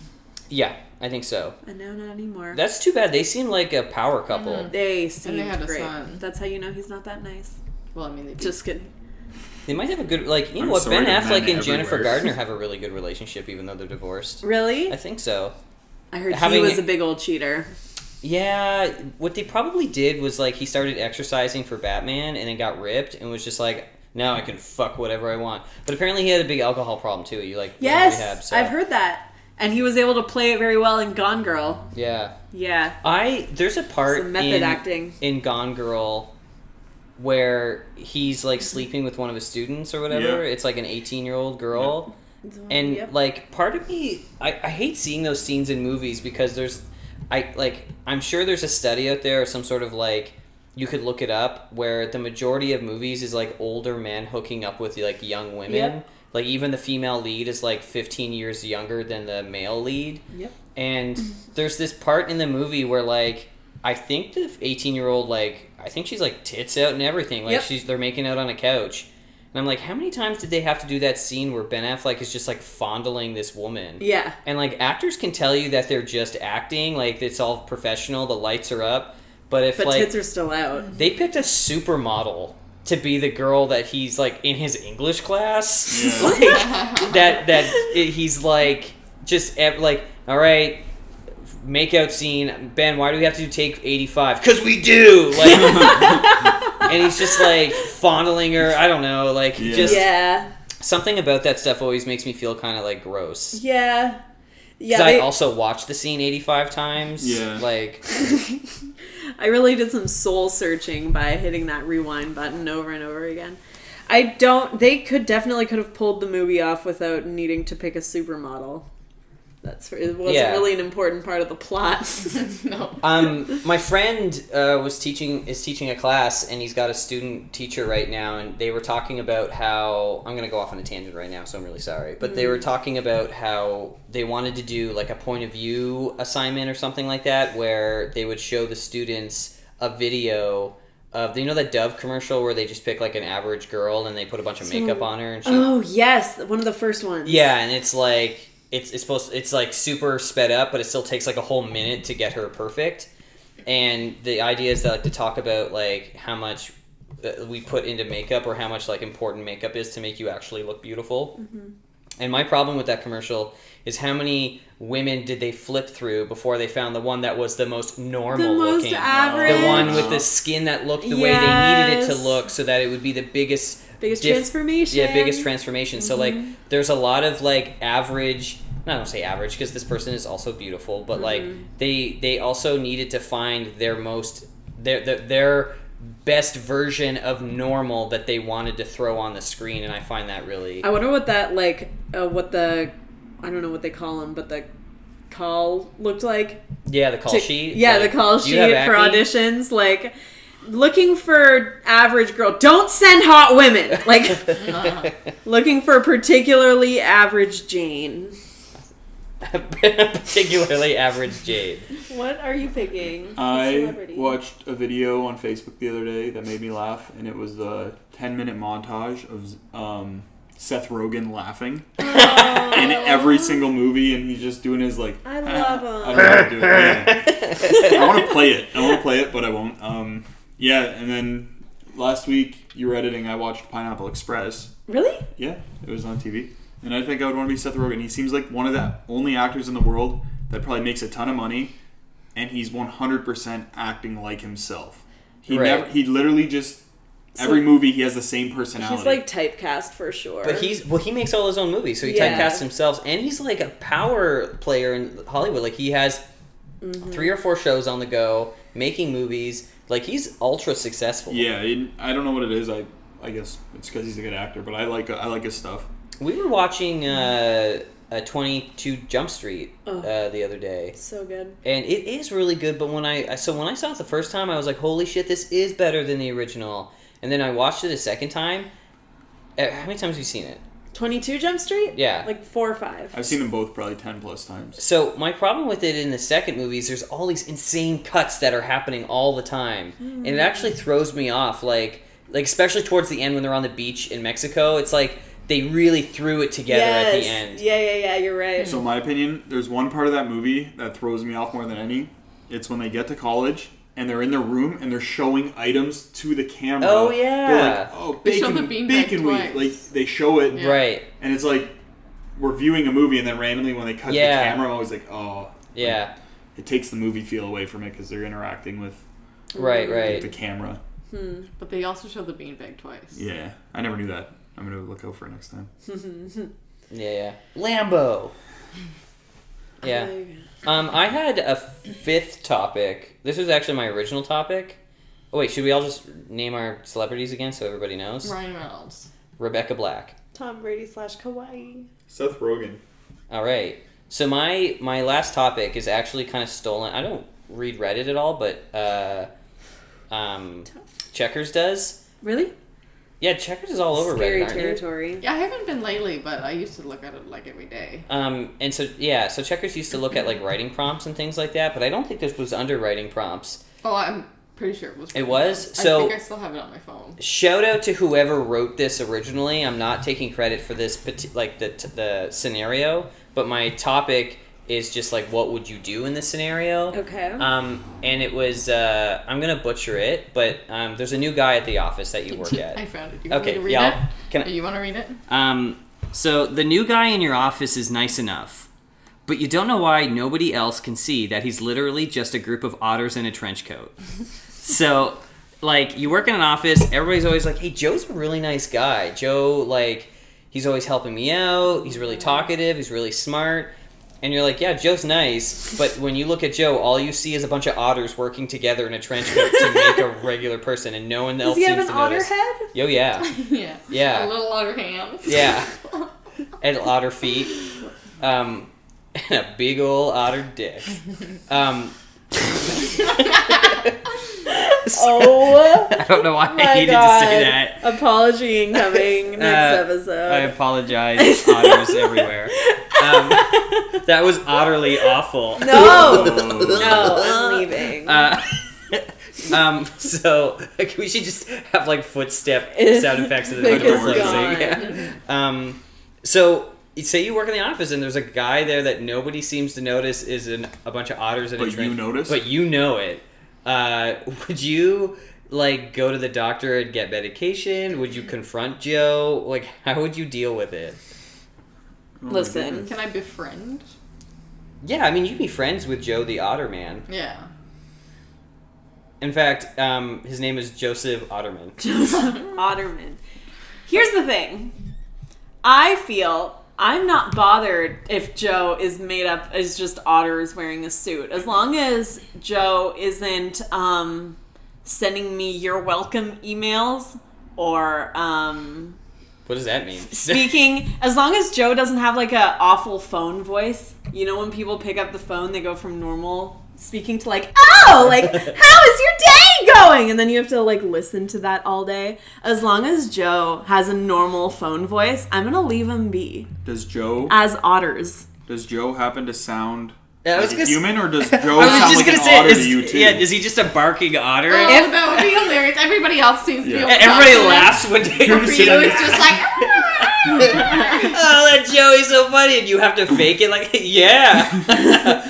Speaker 1: Yeah, I think so.
Speaker 4: And now not anymore.
Speaker 1: That's too bad. They seem like a power
Speaker 4: Mm-hmm.
Speaker 1: couple.
Speaker 4: they seemed
Speaker 3: had a
Speaker 4: great.
Speaker 3: son.
Speaker 4: That's how you know he's not that nice.
Speaker 3: Well, I mean, they do.
Speaker 4: Just kidding.
Speaker 1: They might have a good like you know
Speaker 2: I'm
Speaker 1: what,
Speaker 2: sorry
Speaker 1: Ben
Speaker 2: to
Speaker 1: Affleck and
Speaker 2: men
Speaker 1: Jennifer
Speaker 2: everywhere.
Speaker 1: Gardner have a really good relationship even though they're divorced.
Speaker 4: Really?
Speaker 1: I think so.
Speaker 4: I heard he
Speaker 1: having-
Speaker 4: was a big old cheater.
Speaker 1: Yeah, what they probably did was like he started exercising for Batman and then got ripped and was just like now I can fuck whatever I want. But apparently he had a big alcohol problem too. You like was in
Speaker 4: Yes,
Speaker 1: rehab, so-
Speaker 4: I've heard that. And he was able to play it very well in Gone Girl.
Speaker 1: Yeah.
Speaker 4: Yeah,
Speaker 1: I there's a part
Speaker 4: Some method
Speaker 1: in,
Speaker 4: acting.
Speaker 1: in Gone Girl where he's like sleeping with one of his students or whatever.
Speaker 2: Yeah.
Speaker 1: It's like an 18 year old girl, and
Speaker 4: Yep.
Speaker 1: like part of me, I, I hate seeing those scenes in movies because there's, I like I'm sure there's a study out there or some sort of like you could look it up where the majority of movies is like older men hooking up with like young women.
Speaker 4: Yep.
Speaker 1: Like even the female lead is like 15 years younger than the male lead
Speaker 4: yep.
Speaker 1: and
Speaker 4: Mm-hmm.
Speaker 1: there's this part in the movie where like I think the 18 year old like I think she's like tits out and everything like
Speaker 4: Yep.
Speaker 1: she's they're making out on a couch and I'm like how many times did they have to do that scene where Ben Affleck is just like fondling this woman
Speaker 4: Yeah.
Speaker 1: and like actors can tell you that they're just acting like it's all professional the lights are up but if
Speaker 4: But
Speaker 1: like
Speaker 4: tits are still out.
Speaker 1: they picked a supermodel to be the girl that he's like in his English class
Speaker 2: Yeah.
Speaker 1: like that that it- he's like just ev- like all right makeout scene ben why do we have to take 85 because we do like and he's just like fondling her i don't know like
Speaker 2: Yeah.
Speaker 1: just
Speaker 4: Yeah.
Speaker 1: something about that stuff always makes me feel kind of like gross.
Speaker 4: Yeah. Yeah.
Speaker 1: Because I
Speaker 4: they-
Speaker 1: also watched the scene 85 times.
Speaker 2: Yeah.
Speaker 1: Like,
Speaker 4: I really did some soul searching by hitting that rewind button over and over again. I don't. They could definitely could have pulled the movie off without needing to pick a supermodel. That's it wasn't
Speaker 1: Yeah.
Speaker 4: really an important part of the plot.
Speaker 3: no.
Speaker 1: um, my friend uh, was teaching is teaching a class, and he's got a student teacher right now, and they were talking about how I'm gonna go off on a tangent right now, so I'm really sorry. But they were talking about how they wanted to do like a point of view assignment or something like that, where they would show the students a video. Of, you know that Dove commercial where they just pick like an average girl and they put a bunch of makeup on her and she
Speaker 4: oh yes, one of the first ones.
Speaker 1: Yeah, and it's like it's it's supposed it's like super sped up, but it still takes like a whole minute to get her perfect. And the idea is that like to talk about like how much uh, we put into makeup or how much like important makeup is to make you actually look beautiful.
Speaker 4: Mm-hmm.
Speaker 1: And my problem with that commercial is how many women did they flip through before they found the one that was the most normal
Speaker 4: the most
Speaker 1: looking
Speaker 4: average,
Speaker 1: the one with the skin that looked the way they needed it to
Speaker 4: Yes.
Speaker 1: look so that it would be the biggest
Speaker 4: biggest
Speaker 1: diff-
Speaker 4: transformation. Mm-hmm.
Speaker 1: yeah biggest transformation so like there's a lot of like average I don't say average because this person is also beautiful but
Speaker 4: Mm-hmm.
Speaker 1: like they they also needed to find their most their, their their best version of normal that they wanted to throw on the screen and I find that really
Speaker 4: I wonder what that like, uh, what the, I don't know what they call them, but the call looked like.
Speaker 1: yeah the call
Speaker 4: to-
Speaker 1: sheet
Speaker 4: Yeah,
Speaker 1: like,
Speaker 4: the call
Speaker 1: do
Speaker 4: sheet
Speaker 1: you have
Speaker 4: for
Speaker 1: acne?
Speaker 4: auditions. Like looking for average girl. Don't send hot women. Like looking for particularly average Jane.
Speaker 1: particularly average Jade
Speaker 4: What are you picking?
Speaker 2: I watched a video on Facebook the other day that made me laugh, and it was a 10 minute montage of um, Seth Rogen laughing in
Speaker 4: Oh.
Speaker 2: every single movie, and he's just doing his like. "Ah,
Speaker 4: I love
Speaker 2: I
Speaker 4: him.
Speaker 2: don't know how to do it. Yeah. I want to play it. I want to play it, but I won't. Um, yeah, and then last week you were editing. I watched Pineapple Express.
Speaker 4: Really?
Speaker 2: Yeah, it was on TV, and I think I would want to be Seth Rogen. He seems like one of the only actors in the world that probably makes a ton of money, and he's one hundred percent acting like himself. He
Speaker 1: Right.
Speaker 2: never. He literally just every movie he has the same personality.
Speaker 4: He's like typecast for sure.
Speaker 1: but he's well he makes all his own movies so he
Speaker 4: Yeah.
Speaker 1: typecasts himself and he's like a power player in hollywood like he has
Speaker 4: Mm-hmm.
Speaker 1: three or four shows on the go making movies like he's ultra successful
Speaker 2: yeah, he- I don't know what it is. I I guess it's because he's a good actor, but I like I like his stuff.
Speaker 1: we were watching uh, a 22 jump street
Speaker 4: Oh.
Speaker 1: uh, the other day
Speaker 4: so good.
Speaker 1: and it is really good but when i so when i saw it the first time i was like holy shit this is better than the original and then i watched it a second time Uh, how many times have you seen it
Speaker 4: Twenty two Jump Street.
Speaker 1: Yeah.
Speaker 4: Like four or five.
Speaker 2: I've seen them both probably ten plus times.
Speaker 1: So my problem with it in the second movie is there's all these insane cuts that are happening all the time, and it actually
Speaker 4: Hmm.
Speaker 1: throws me off. Like, like especially towards the end when they're on the beach in Mexico, it's like they really threw it together
Speaker 4: yes.
Speaker 1: at the end.
Speaker 4: Yeah, yeah, yeah. You're right.
Speaker 2: So in my opinion, there's one part of that movie that throws me off more than any. It's when they get to college and they're in their room and they're showing items to the camera.
Speaker 1: Oh, yeah.
Speaker 2: They're like, oh
Speaker 3: They show
Speaker 2: bacon,
Speaker 3: the beanbag
Speaker 2: bacon
Speaker 3: twice.
Speaker 2: weed. Like they show it,
Speaker 3: Yeah.
Speaker 1: Right?
Speaker 2: and it's like we're viewing a movie and then randomly when they cut
Speaker 1: Yeah.
Speaker 2: the camera, I'm always like, oh,
Speaker 1: Yeah.
Speaker 2: it takes the movie feel away from it because they're interacting with
Speaker 4: Hmm.
Speaker 1: Right.
Speaker 2: like, the
Speaker 1: Right.
Speaker 2: camera.
Speaker 3: But they also show the beanbag twice.
Speaker 2: Yeah, I never knew that. I'm gonna look out for it next time.
Speaker 1: Yeah. Yeah. Lambo. Yeah. Um, I had a fifth topic. This was actually my original topic. Oh wait, should we all just name our celebrities again so everybody knows?
Speaker 3: Ryan Reynolds.
Speaker 1: Rebecca Black.
Speaker 4: Tom Brady slash Kawaii.
Speaker 2: Seth Rogen.
Speaker 1: All right. So my my last topic is actually kind of stolen. I don't read Reddit at all, but uh, um, Checkers does.
Speaker 4: Really?
Speaker 1: Yeah, Checkers is all over
Speaker 4: Scary
Speaker 1: Reddit. aren't they?
Speaker 4: territory.
Speaker 3: Yeah, I haven't been lately, but I used to look at it like every day.
Speaker 1: Um, and so yeah, so Checkers used to look at like writing prompts and things like that, but I don't think this was under writing prompts.
Speaker 3: Oh, I'm pretty sure it was.
Speaker 1: It was? So-
Speaker 3: I think I still have it on my phone.
Speaker 1: Shout out to whoever wrote this originally. I'm not taking credit for this, pati- like the t- the scenario, but my topic is just like what would you do in this scenario?
Speaker 4: Okay.
Speaker 1: Um, and it was uh, I'm gonna butcher it, but um, there's a new guy at the office that you work
Speaker 3: I
Speaker 1: at.
Speaker 3: found it. Do you want me
Speaker 1: Okay,
Speaker 3: to read
Speaker 1: y'all.
Speaker 3: it?
Speaker 1: Can
Speaker 3: Do
Speaker 1: I,
Speaker 3: you want to read it?
Speaker 1: um, so the new guy in your office is nice enough, but you don't know why nobody else can see that he's literally just a group of otters in a trench coat. so, like, you work in an office, everybody's always like, "Hey, Joe's a really nice guy. Joe, like." He's always helping me out. He's
Speaker 4: Mm-hmm.
Speaker 1: really talkative. He's really smart. And you're like, yeah, Joe's nice, but when you look at Joe, all you see is a bunch of otters working together in a trench coat to make a regular person, and no one else
Speaker 4: Does he
Speaker 1: seems
Speaker 4: have an
Speaker 1: to
Speaker 4: otter
Speaker 1: notice.
Speaker 4: head?
Speaker 1: Yo, yeah.
Speaker 3: yeah.
Speaker 1: Yeah.
Speaker 3: A little otter hands.
Speaker 1: Yeah. and otter feet, um, and a big old otter dick. Um,
Speaker 4: Oh
Speaker 1: I don't know why
Speaker 4: my
Speaker 1: I needed
Speaker 4: god!
Speaker 1: to say that.
Speaker 4: Apology incoming next
Speaker 1: Uh,
Speaker 4: episode.
Speaker 1: I apologize, otters everywhere. Um, that was utterly awful.
Speaker 4: no,
Speaker 2: Oh.
Speaker 4: no, I'm leaving.
Speaker 1: Uh, um, so like, we should just have like footstep sound effects in the
Speaker 4: Thick
Speaker 1: middle of
Speaker 2: as
Speaker 1: closing.
Speaker 4: gone.
Speaker 1: Yeah. Um, so you- say you work in the office and there's a guy there that nobody seems to notice is an, a bunch of otters in a
Speaker 2: But you
Speaker 1: trench.
Speaker 2: notice?
Speaker 1: But you know it. Uh, would you like go to the doctor and get medication? Would you confront Joe? Like, how would you deal with it?
Speaker 2: Oh my
Speaker 4: Listen.
Speaker 2: goodness.
Speaker 3: Can I befriend?
Speaker 1: Yeah, I mean, you'd be friends with Joe the Otter Man.
Speaker 3: Yeah.
Speaker 1: In fact, um, his name is Joseph Otterman.
Speaker 4: Otterman. Here's the thing. I feel I'm not bothered if Joe is made up as just otters wearing a suit, as long as Joe isn't um, sending me your welcome emails or um,
Speaker 1: What does that mean?
Speaker 4: speaking. as long as Joe doesn't have like a awful phone voice, you know when people pick up the phone, they go from normal speaking to like, oh, like how is your day going? And then you have to like listen to that all day. As long as Joe has a normal phone voice, I'm gonna leave him be
Speaker 2: Does Joe
Speaker 4: as otters.
Speaker 2: does Joe happen to sound
Speaker 1: Yeah, I was
Speaker 2: like
Speaker 1: gonna
Speaker 2: a
Speaker 1: s-
Speaker 2: human, or does Joe sound
Speaker 1: I was just
Speaker 2: like
Speaker 1: gonna
Speaker 2: an
Speaker 1: say,
Speaker 2: otter
Speaker 1: is,
Speaker 2: to you too?
Speaker 1: yeah, is he just a barking otter?
Speaker 3: Oh,
Speaker 1: And
Speaker 3: that would be hilarious. Everybody else seems
Speaker 2: Yeah.
Speaker 3: to be able to talk
Speaker 1: Everybody
Speaker 3: to them.
Speaker 1: laughs when they
Speaker 3: For you, it's just like. "Ah."
Speaker 1: Oh, that Joey's so funny, and you have to fake it like, yeah,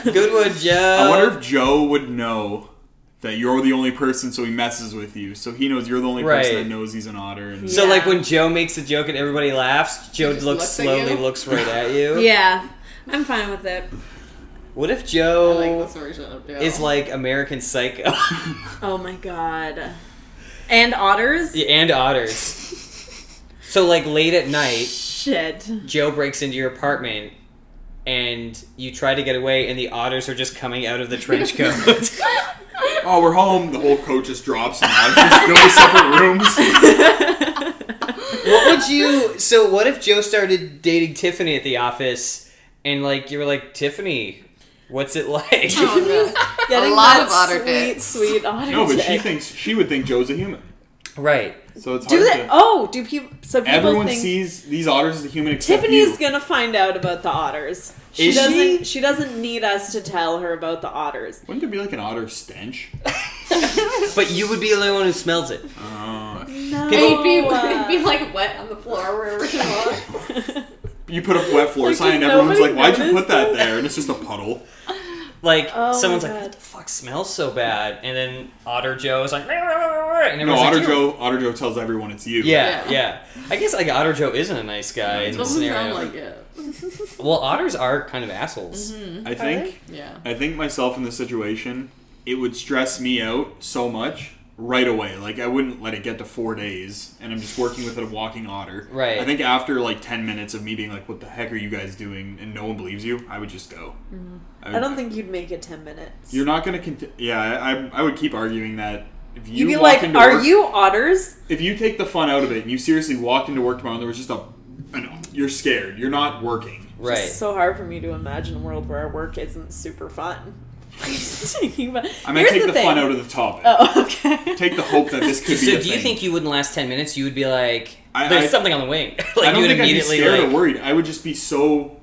Speaker 1: good one, Joe.
Speaker 2: I wonder if Joe would know that you're the only person, so he messes with you. So he knows you're the only person
Speaker 1: Right.
Speaker 2: that knows he's an otter. And
Speaker 1: so,
Speaker 4: Yeah.
Speaker 1: like when Joe makes a joke and everybody laughs, Joe looks,
Speaker 3: just looks at
Speaker 1: slowly
Speaker 3: you.
Speaker 1: looks right at you.
Speaker 4: Yeah, I'm fine with it.
Speaker 1: What if
Speaker 3: I
Speaker 1: Joe
Speaker 3: like this version of Joe.
Speaker 1: is like American Psycho
Speaker 4: Oh my god. And otters?
Speaker 1: and otters? So, like late at night,
Speaker 4: Shit.
Speaker 1: Joe breaks into your apartment and you try to get away and the otters are just coming out of the trench coat.
Speaker 2: oh, we're home. The whole coat just drops and out. There's no separate rooms.
Speaker 1: what would you so what if Joe started dating Tiffany at the office and like you were like, Tiffany, what's it like?
Speaker 3: Oh, no.
Speaker 4: Getting
Speaker 3: lot
Speaker 4: that
Speaker 3: of otter
Speaker 4: sweet,
Speaker 3: dicks.
Speaker 4: sweet otter
Speaker 2: No, but she
Speaker 4: dick.
Speaker 2: thinks she would think Joe's a human.
Speaker 1: right.
Speaker 2: So it's
Speaker 4: Do
Speaker 2: hard
Speaker 4: they?
Speaker 2: to.
Speaker 4: Oh, do people? So people
Speaker 2: Everyone
Speaker 4: think
Speaker 2: sees these otters as a human except
Speaker 4: Tiffany's
Speaker 2: you.
Speaker 4: gonna find out about the otters. She
Speaker 1: Is she?
Speaker 4: doesn't. she doesn't need us to tell her about the otters.
Speaker 2: Wouldn't there be like an otter stench?
Speaker 1: But you would be the only one who smells it.
Speaker 2: Uh,
Speaker 4: No.
Speaker 1: People-
Speaker 3: It'd be, it'd be like wet on the floor wherever she was.
Speaker 2: you put up wet floor
Speaker 4: Like,
Speaker 2: sign, and
Speaker 4: does
Speaker 2: everyone's
Speaker 4: nobody
Speaker 2: like, "Why'd you
Speaker 4: notice
Speaker 2: put that
Speaker 4: that?
Speaker 2: there?" And it's just a puddle.
Speaker 1: Like
Speaker 4: Oh my
Speaker 1: someone's like,
Speaker 4: God.
Speaker 1: What the fuck smells so bad? And then Otter Joe is like "Rah, rah, rah, rah," and
Speaker 2: No,
Speaker 1: everyone's like,
Speaker 2: Otter
Speaker 1: "You-"
Speaker 2: Joe. Otter Joe tells everyone it's you.
Speaker 1: Yeah,
Speaker 3: Yeah.
Speaker 1: yeah. I guess like Otter Joe isn't a nice guy in this
Speaker 3: Doesn't
Speaker 1: scenario.
Speaker 3: sound like Mm-hmm. it.
Speaker 1: well, otters are kind of assholes.
Speaker 2: I think.
Speaker 3: Yeah.
Speaker 2: I think myself in this situation, it would stress me out so much right away. Like I wouldn't let it get to four days, and I'm just working with a walking otter.
Speaker 1: Right.
Speaker 2: I think after like ten minutes of me being like, "What the heck are you guys doing?" and no one believes you, I would just go. would-
Speaker 4: Mm-hmm. I don't think you'd make it ten minutes.
Speaker 2: you're not gonna. Conti- yeah, I, I I would keep arguing that. If you
Speaker 4: You'd be
Speaker 2: walk
Speaker 4: like,
Speaker 2: into
Speaker 4: "Are
Speaker 2: work-
Speaker 4: you otters?"
Speaker 2: If you take the fun out of it and you seriously walked into work tomorrow and there was just a, an, you're scared. You're not working.
Speaker 1: Right.
Speaker 4: It's so hard for me to imagine a world where our work isn't super fun. Thinking about-
Speaker 2: I mean,
Speaker 4: Here's
Speaker 2: take the,
Speaker 4: thing.
Speaker 2: fun out of the topic.
Speaker 4: Oh, okay.
Speaker 2: Take the hope that this could
Speaker 1: so
Speaker 2: be. a
Speaker 1: do you
Speaker 2: thing.
Speaker 1: think you wouldn't last 10 minutes you would be like
Speaker 2: I-
Speaker 1: there's
Speaker 2: I-
Speaker 1: something on the wing like
Speaker 2: I don't
Speaker 1: you would
Speaker 2: think I'd be
Speaker 1: immediately
Speaker 2: scared
Speaker 1: like
Speaker 2: or worried. I would just be so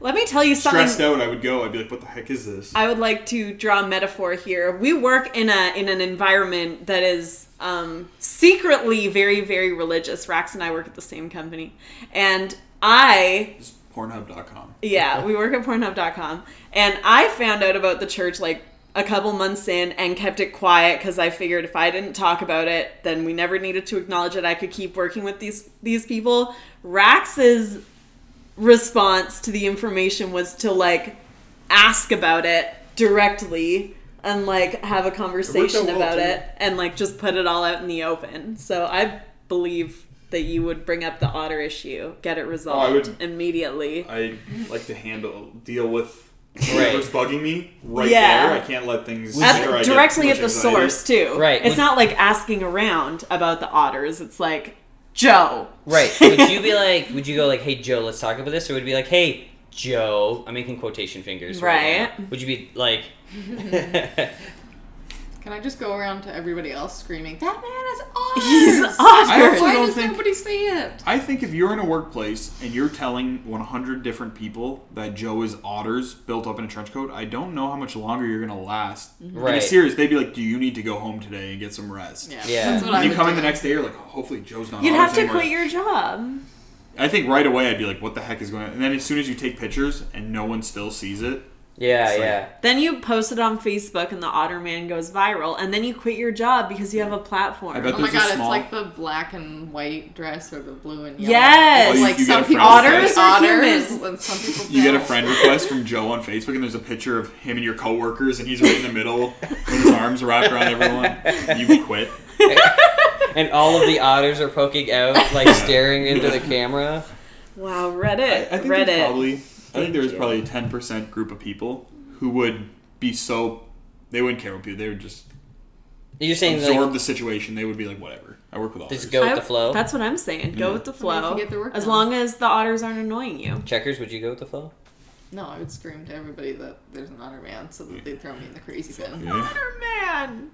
Speaker 4: Let me tell you something.
Speaker 2: stressed out. I would go. I'd be like, "What the heck is this?"
Speaker 4: I would like to draw a metaphor here. We work in a in an environment that is um, secretly very very religious. Rax and I work at the same company, and I
Speaker 2: It's Pornhub.com.
Speaker 4: yeah we work at Pornhub.com, and I found out about the church like a couple months in and kept it quiet because I figured if I didn't talk about it, then we never needed to acknowledge it. I could keep working with these these people. Rax's response to the information was to like ask about it directly and like have a conversation
Speaker 2: well,
Speaker 4: about
Speaker 2: too.
Speaker 4: it and like just put it all out in the open. So I believe that you would bring up the otter issue, get it resolved
Speaker 2: would-
Speaker 4: immediately.
Speaker 2: I like to handle deal with
Speaker 1: Right.
Speaker 2: whatever's bugging me right
Speaker 4: Yeah.
Speaker 2: there. I can't let things
Speaker 4: At-
Speaker 2: linger. I get too
Speaker 4: directly
Speaker 2: much
Speaker 4: at the
Speaker 2: anxiety.
Speaker 4: source too.
Speaker 1: Right.
Speaker 4: It's not like asking around about the otters. It's like Joe.
Speaker 1: Right. Would you be like, would you go like, hey, Joe, let's talk about this? Or would you be like, hey, Joe, I'm making quotation fingers. Right.
Speaker 4: Right.
Speaker 1: now. Would you be like,
Speaker 3: Can I just go around to everybody else screaming, That man
Speaker 4: He's
Speaker 3: is
Speaker 4: otters.
Speaker 3: otters! Why
Speaker 2: don't
Speaker 3: does
Speaker 2: think-
Speaker 3: nobody see it?
Speaker 2: I think if you're in a workplace and you're telling 100 different people that Joe is otters built up in a trench coat, I don't know how much longer you're gonna last. In a
Speaker 1: Right.
Speaker 2: series, they'd be like, "Do you need to go home today and get some rest?"
Speaker 3: Yeah.
Speaker 1: Yeah.
Speaker 3: That's what
Speaker 2: And
Speaker 3: I
Speaker 2: you
Speaker 3: would
Speaker 2: come in
Speaker 3: do.
Speaker 2: the next day, you're like, "Hopefully, Joe's not."
Speaker 4: You'd
Speaker 2: otters
Speaker 4: have to
Speaker 2: anymore."
Speaker 4: quit your job.
Speaker 2: I think right away I'd be like, what the heck is going on? And then as soon as you take pictures and no one still sees it,
Speaker 1: yeah,
Speaker 2: It's like-
Speaker 1: yeah.
Speaker 4: Then you post it on Facebook and the otter man goes viral and then you quit your job because you have a platform.
Speaker 2: I bet
Speaker 3: Oh my
Speaker 2: There's a
Speaker 3: god,
Speaker 2: small-
Speaker 3: it's like the black and white dress or the blue and yellow.
Speaker 4: Yes.
Speaker 3: It's
Speaker 2: Oh, you-
Speaker 3: like
Speaker 2: you get
Speaker 3: some
Speaker 2: a friend
Speaker 3: people
Speaker 4: request.
Speaker 3: say
Speaker 4: Otters are
Speaker 3: otters,
Speaker 4: human.
Speaker 3: and some people
Speaker 2: you get a
Speaker 3: don't.
Speaker 2: friend request from Joe on Facebook and there's a picture of him and your coworkers and he's right in the middle with his arms wrapped around everyone. You quit.
Speaker 1: And all of the otters are poking out, like staring into the camera.
Speaker 4: wow,
Speaker 2: I, I
Speaker 4: Reddit.
Speaker 2: think there's
Speaker 4: Reddit.
Speaker 2: probably I think there's
Speaker 1: you.
Speaker 2: probably a ten percent group of people who would be so they wouldn't care what people they would just
Speaker 1: You're saying
Speaker 2: absorb
Speaker 1: like,
Speaker 2: the situation. They would be like, whatever. I work with all
Speaker 1: just go with
Speaker 4: I-
Speaker 1: the flow.
Speaker 4: That's what I'm saying. Go with the
Speaker 3: I mean, if you
Speaker 4: flow.
Speaker 3: get the work
Speaker 4: as
Speaker 3: done.
Speaker 4: long as the otters aren't annoying you.
Speaker 1: Checkers, would you go with the flow?
Speaker 3: No, I would scream to everybody that there's an otter man so that they throw me in the crazy bin.
Speaker 2: Yeah.
Speaker 4: man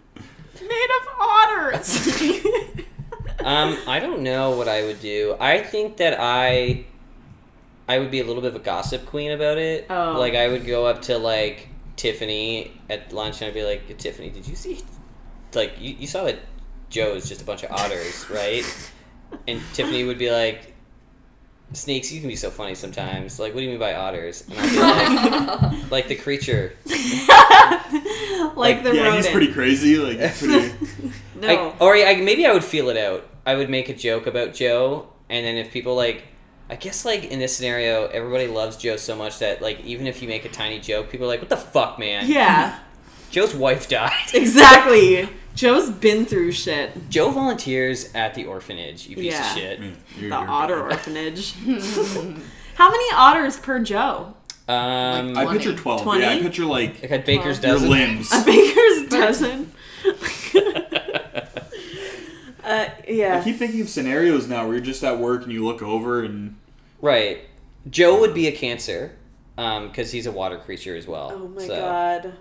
Speaker 4: made of otters.
Speaker 1: Um, I don't know what I would do. I think that I, I would be a little bit of a gossip queen about it.
Speaker 4: Oh.
Speaker 1: Like I would go up to like Tiffany at lunch and I'd be like, Tiffany, did you see? Like you, you saw that Joe is just a bunch of otters, right? And Tiffany would be like, Snakes, you can be so funny sometimes. Like, what do you mean by otters? And I'd be like, like the creature.
Speaker 4: like, the
Speaker 2: yeah,
Speaker 4: rodent.
Speaker 2: he's pretty crazy. Like he's pretty
Speaker 4: no.
Speaker 1: I, or I, maybe I would feel it out. I would make a joke about Joe, and then if people like, I guess like in this scenario, everybody loves Joe so much that like even if you make a tiny joke, people are like, "What the fuck, man?
Speaker 4: yeah,
Speaker 1: Joe's wife died.
Speaker 4: exactly. Joe's been through shit.
Speaker 1: Joe volunteers at the orphanage. You piece
Speaker 4: Yeah.
Speaker 1: of shit.
Speaker 2: Man,
Speaker 4: The
Speaker 2: you're- you're-
Speaker 4: otter orphanage. How many otters per Joe?
Speaker 1: Um,
Speaker 2: I
Speaker 1: like,
Speaker 3: Like-
Speaker 2: picture twelve. Yeah, Mm. I
Speaker 4: 20?
Speaker 2: picture like
Speaker 1: a baker's
Speaker 2: your
Speaker 1: dozen.
Speaker 2: limbs.
Speaker 4: A baker's dozen. uh,
Speaker 2: I
Speaker 4: yeah.
Speaker 2: keep thinking of scenarios now where you're just at work and you look over and
Speaker 1: right. Joe would be a cancer, um, because he's a water creature as well.
Speaker 4: Oh my
Speaker 1: so.
Speaker 4: god.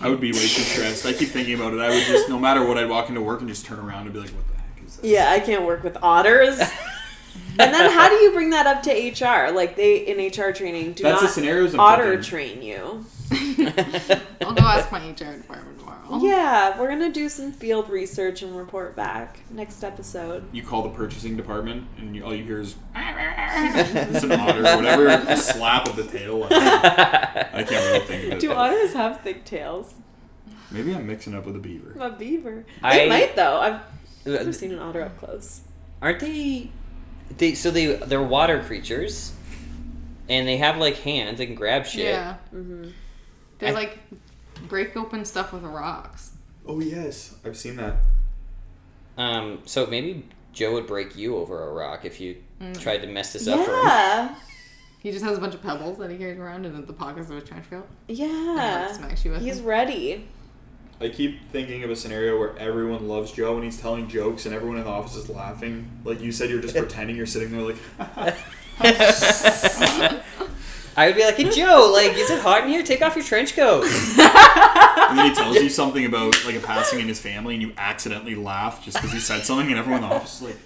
Speaker 2: I would be way too stressed. I keep thinking about it. I would just, no matter what, I'd walk into work and just turn around and be like, what the heck is this?
Speaker 4: Yeah, I can't work with otters. and then how do you bring that up to HR? Like they in HR training do
Speaker 2: That's the
Speaker 4: not
Speaker 2: scenarios I'm
Speaker 4: otter
Speaker 2: thinking.
Speaker 4: train you.
Speaker 3: I'll go ask my HR department tomorrow.
Speaker 4: Oh. Yeah, we're gonna do some field research and report back next episode.
Speaker 2: you call the purchasing department and you, all you hear is it's an otter or whatever, a slap of the tail. I, I can't really think of it.
Speaker 4: Do otters have thick tails?
Speaker 2: Maybe I'm mixing up with a beaver.
Speaker 4: I'm a beaver.
Speaker 1: I-
Speaker 4: They might though. I've never
Speaker 1: Uh,
Speaker 4: seen an otter up close.
Speaker 1: aren't they they so they they're water creatures and they have like hands they can grab shit
Speaker 3: Yeah.
Speaker 4: Mm-hmm.
Speaker 3: They
Speaker 1: I-
Speaker 3: like break open stuff with rocks.
Speaker 2: Oh, yes. I've seen that.
Speaker 1: um so maybe joe would break you over a rock if you
Speaker 4: Mm.
Speaker 1: tried to mess this up for him
Speaker 4: Yeah.
Speaker 3: He just has a bunch of pebbles that he carries around in the pockets of his trench coat. And he
Speaker 4: Yeah.
Speaker 3: smacks you with
Speaker 4: He's
Speaker 3: them.
Speaker 4: ready.
Speaker 2: I keep thinking of a scenario where everyone loves Joe and he's telling jokes and everyone in the office is laughing. Like you said, you're just pretending you're sitting there like,
Speaker 1: i would be like hey joe like is it hot in here take off your trench coat
Speaker 2: And then he tells you something about like a passing in his family, and you accidentally laugh just because he said something, and everyone in the office is like,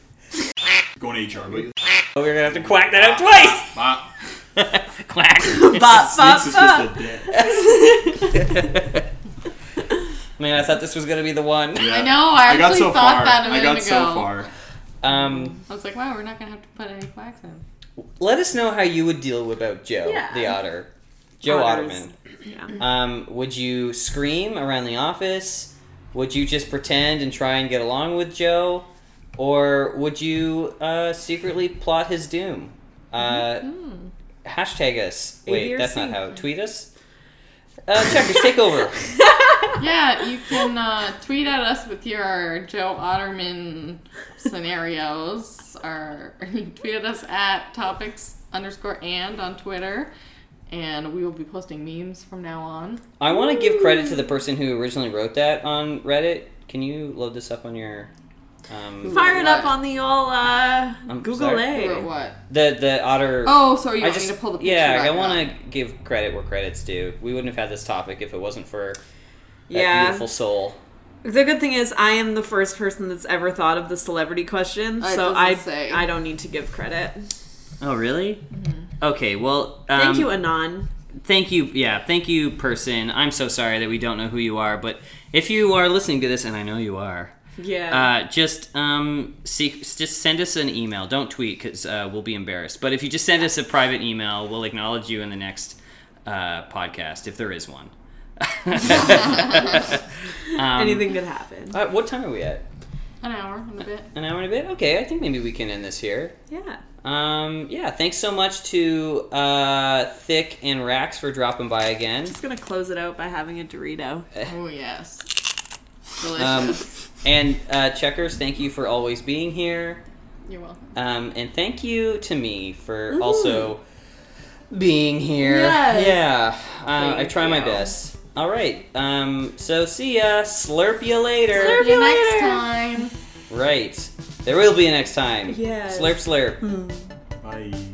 Speaker 2: going to HR, but you
Speaker 1: we're gonna have to quack that out twice
Speaker 2: bop.
Speaker 1: quack
Speaker 4: Bop,
Speaker 2: Sneaks
Speaker 4: bop,
Speaker 2: is
Speaker 4: bop.
Speaker 2: just a dick.
Speaker 1: man i thought this was gonna be the one
Speaker 2: Yeah.
Speaker 3: I know, I actually
Speaker 2: I got so
Speaker 3: thought
Speaker 2: far.
Speaker 3: that a minute
Speaker 2: I got
Speaker 3: ago.
Speaker 2: so far.
Speaker 1: um
Speaker 3: I was like, wow, we're not gonna have to put any quacks in.
Speaker 1: let us know how you would deal about joe
Speaker 4: Yeah.
Speaker 1: the otter joe
Speaker 4: Otters.
Speaker 1: otterman
Speaker 4: Yeah.
Speaker 1: Um, would you scream around the office? Would you just pretend and try and get along with Joe? Or would you uh, secretly plot his doom? Uh, Hashtag us.
Speaker 4: A, B,
Speaker 1: Wait,
Speaker 4: or
Speaker 1: that's
Speaker 4: C.
Speaker 1: not how. Tweet us? Uh, checkers, take over.
Speaker 3: yeah, you can uh, tweet at us with your Joe Otterman scenarios, or you tweet at us at topics underscore and on Twitter, and we will be posting memes from now on.
Speaker 1: I want to give credit to the person who originally wrote that on Reddit. Can you load this up on your um,
Speaker 4: Fire it up on the old uh,
Speaker 1: I'm
Speaker 4: Google
Speaker 1: sorry.
Speaker 4: A.
Speaker 3: Or what?
Speaker 1: the the otter?
Speaker 3: Oh, so you
Speaker 1: I
Speaker 3: want
Speaker 1: just
Speaker 3: me to pull the picture
Speaker 1: yeah. I
Speaker 3: back
Speaker 1: want
Speaker 3: up.
Speaker 1: to give credit where credit's due. We wouldn't have had this topic if it wasn't for that
Speaker 4: Yeah.
Speaker 1: beautiful soul.
Speaker 4: The good thing is, I am the first person that's ever thought of the celebrity question,
Speaker 3: Oh, it
Speaker 4: so
Speaker 3: doesn't
Speaker 4: I
Speaker 3: say.
Speaker 4: I don't need to give credit.
Speaker 1: Oh really?
Speaker 3: Mm-hmm.
Speaker 1: Okay. Well, um,
Speaker 4: Thank you,
Speaker 3: uh,
Speaker 4: Anon.
Speaker 1: thank you yeah thank you person i'm so sorry that we don't know who you are but if you are listening to this and i know you are
Speaker 4: Yeah.
Speaker 1: uh, just um, see, just send us an email. Don't tweet because uh, we'll be embarrassed. But if you just send us a private email, we'll acknowledge you in the next uh, podcast if there is one. um,
Speaker 4: Anything could happen.
Speaker 1: uh, what time are we at?
Speaker 3: An hour and a bit.
Speaker 1: An hour and a bit. Okay, I think maybe we can end this here.
Speaker 4: yeah.
Speaker 1: Um, yeah, thanks so much to uh, Thick and Rax for dropping by again.
Speaker 4: Just gonna close it out by having a Dorito.
Speaker 3: Oh yes,
Speaker 1: Um,
Speaker 3: delicious.
Speaker 1: and uh, Checkers, thank you for always being here.
Speaker 3: You're welcome.
Speaker 1: Um, and thank you to me for also being here.
Speaker 4: Yes.
Speaker 1: Yeah. Uh, I
Speaker 3: Thank
Speaker 1: try my
Speaker 3: you.
Speaker 1: best. All right. Um, so see ya. Slurp ya later.
Speaker 4: Slurp.
Speaker 3: See you next
Speaker 4: later.
Speaker 3: time.
Speaker 1: Right. There will be a next time.
Speaker 4: Yes.
Speaker 1: Slurp slurp.
Speaker 2: Bye.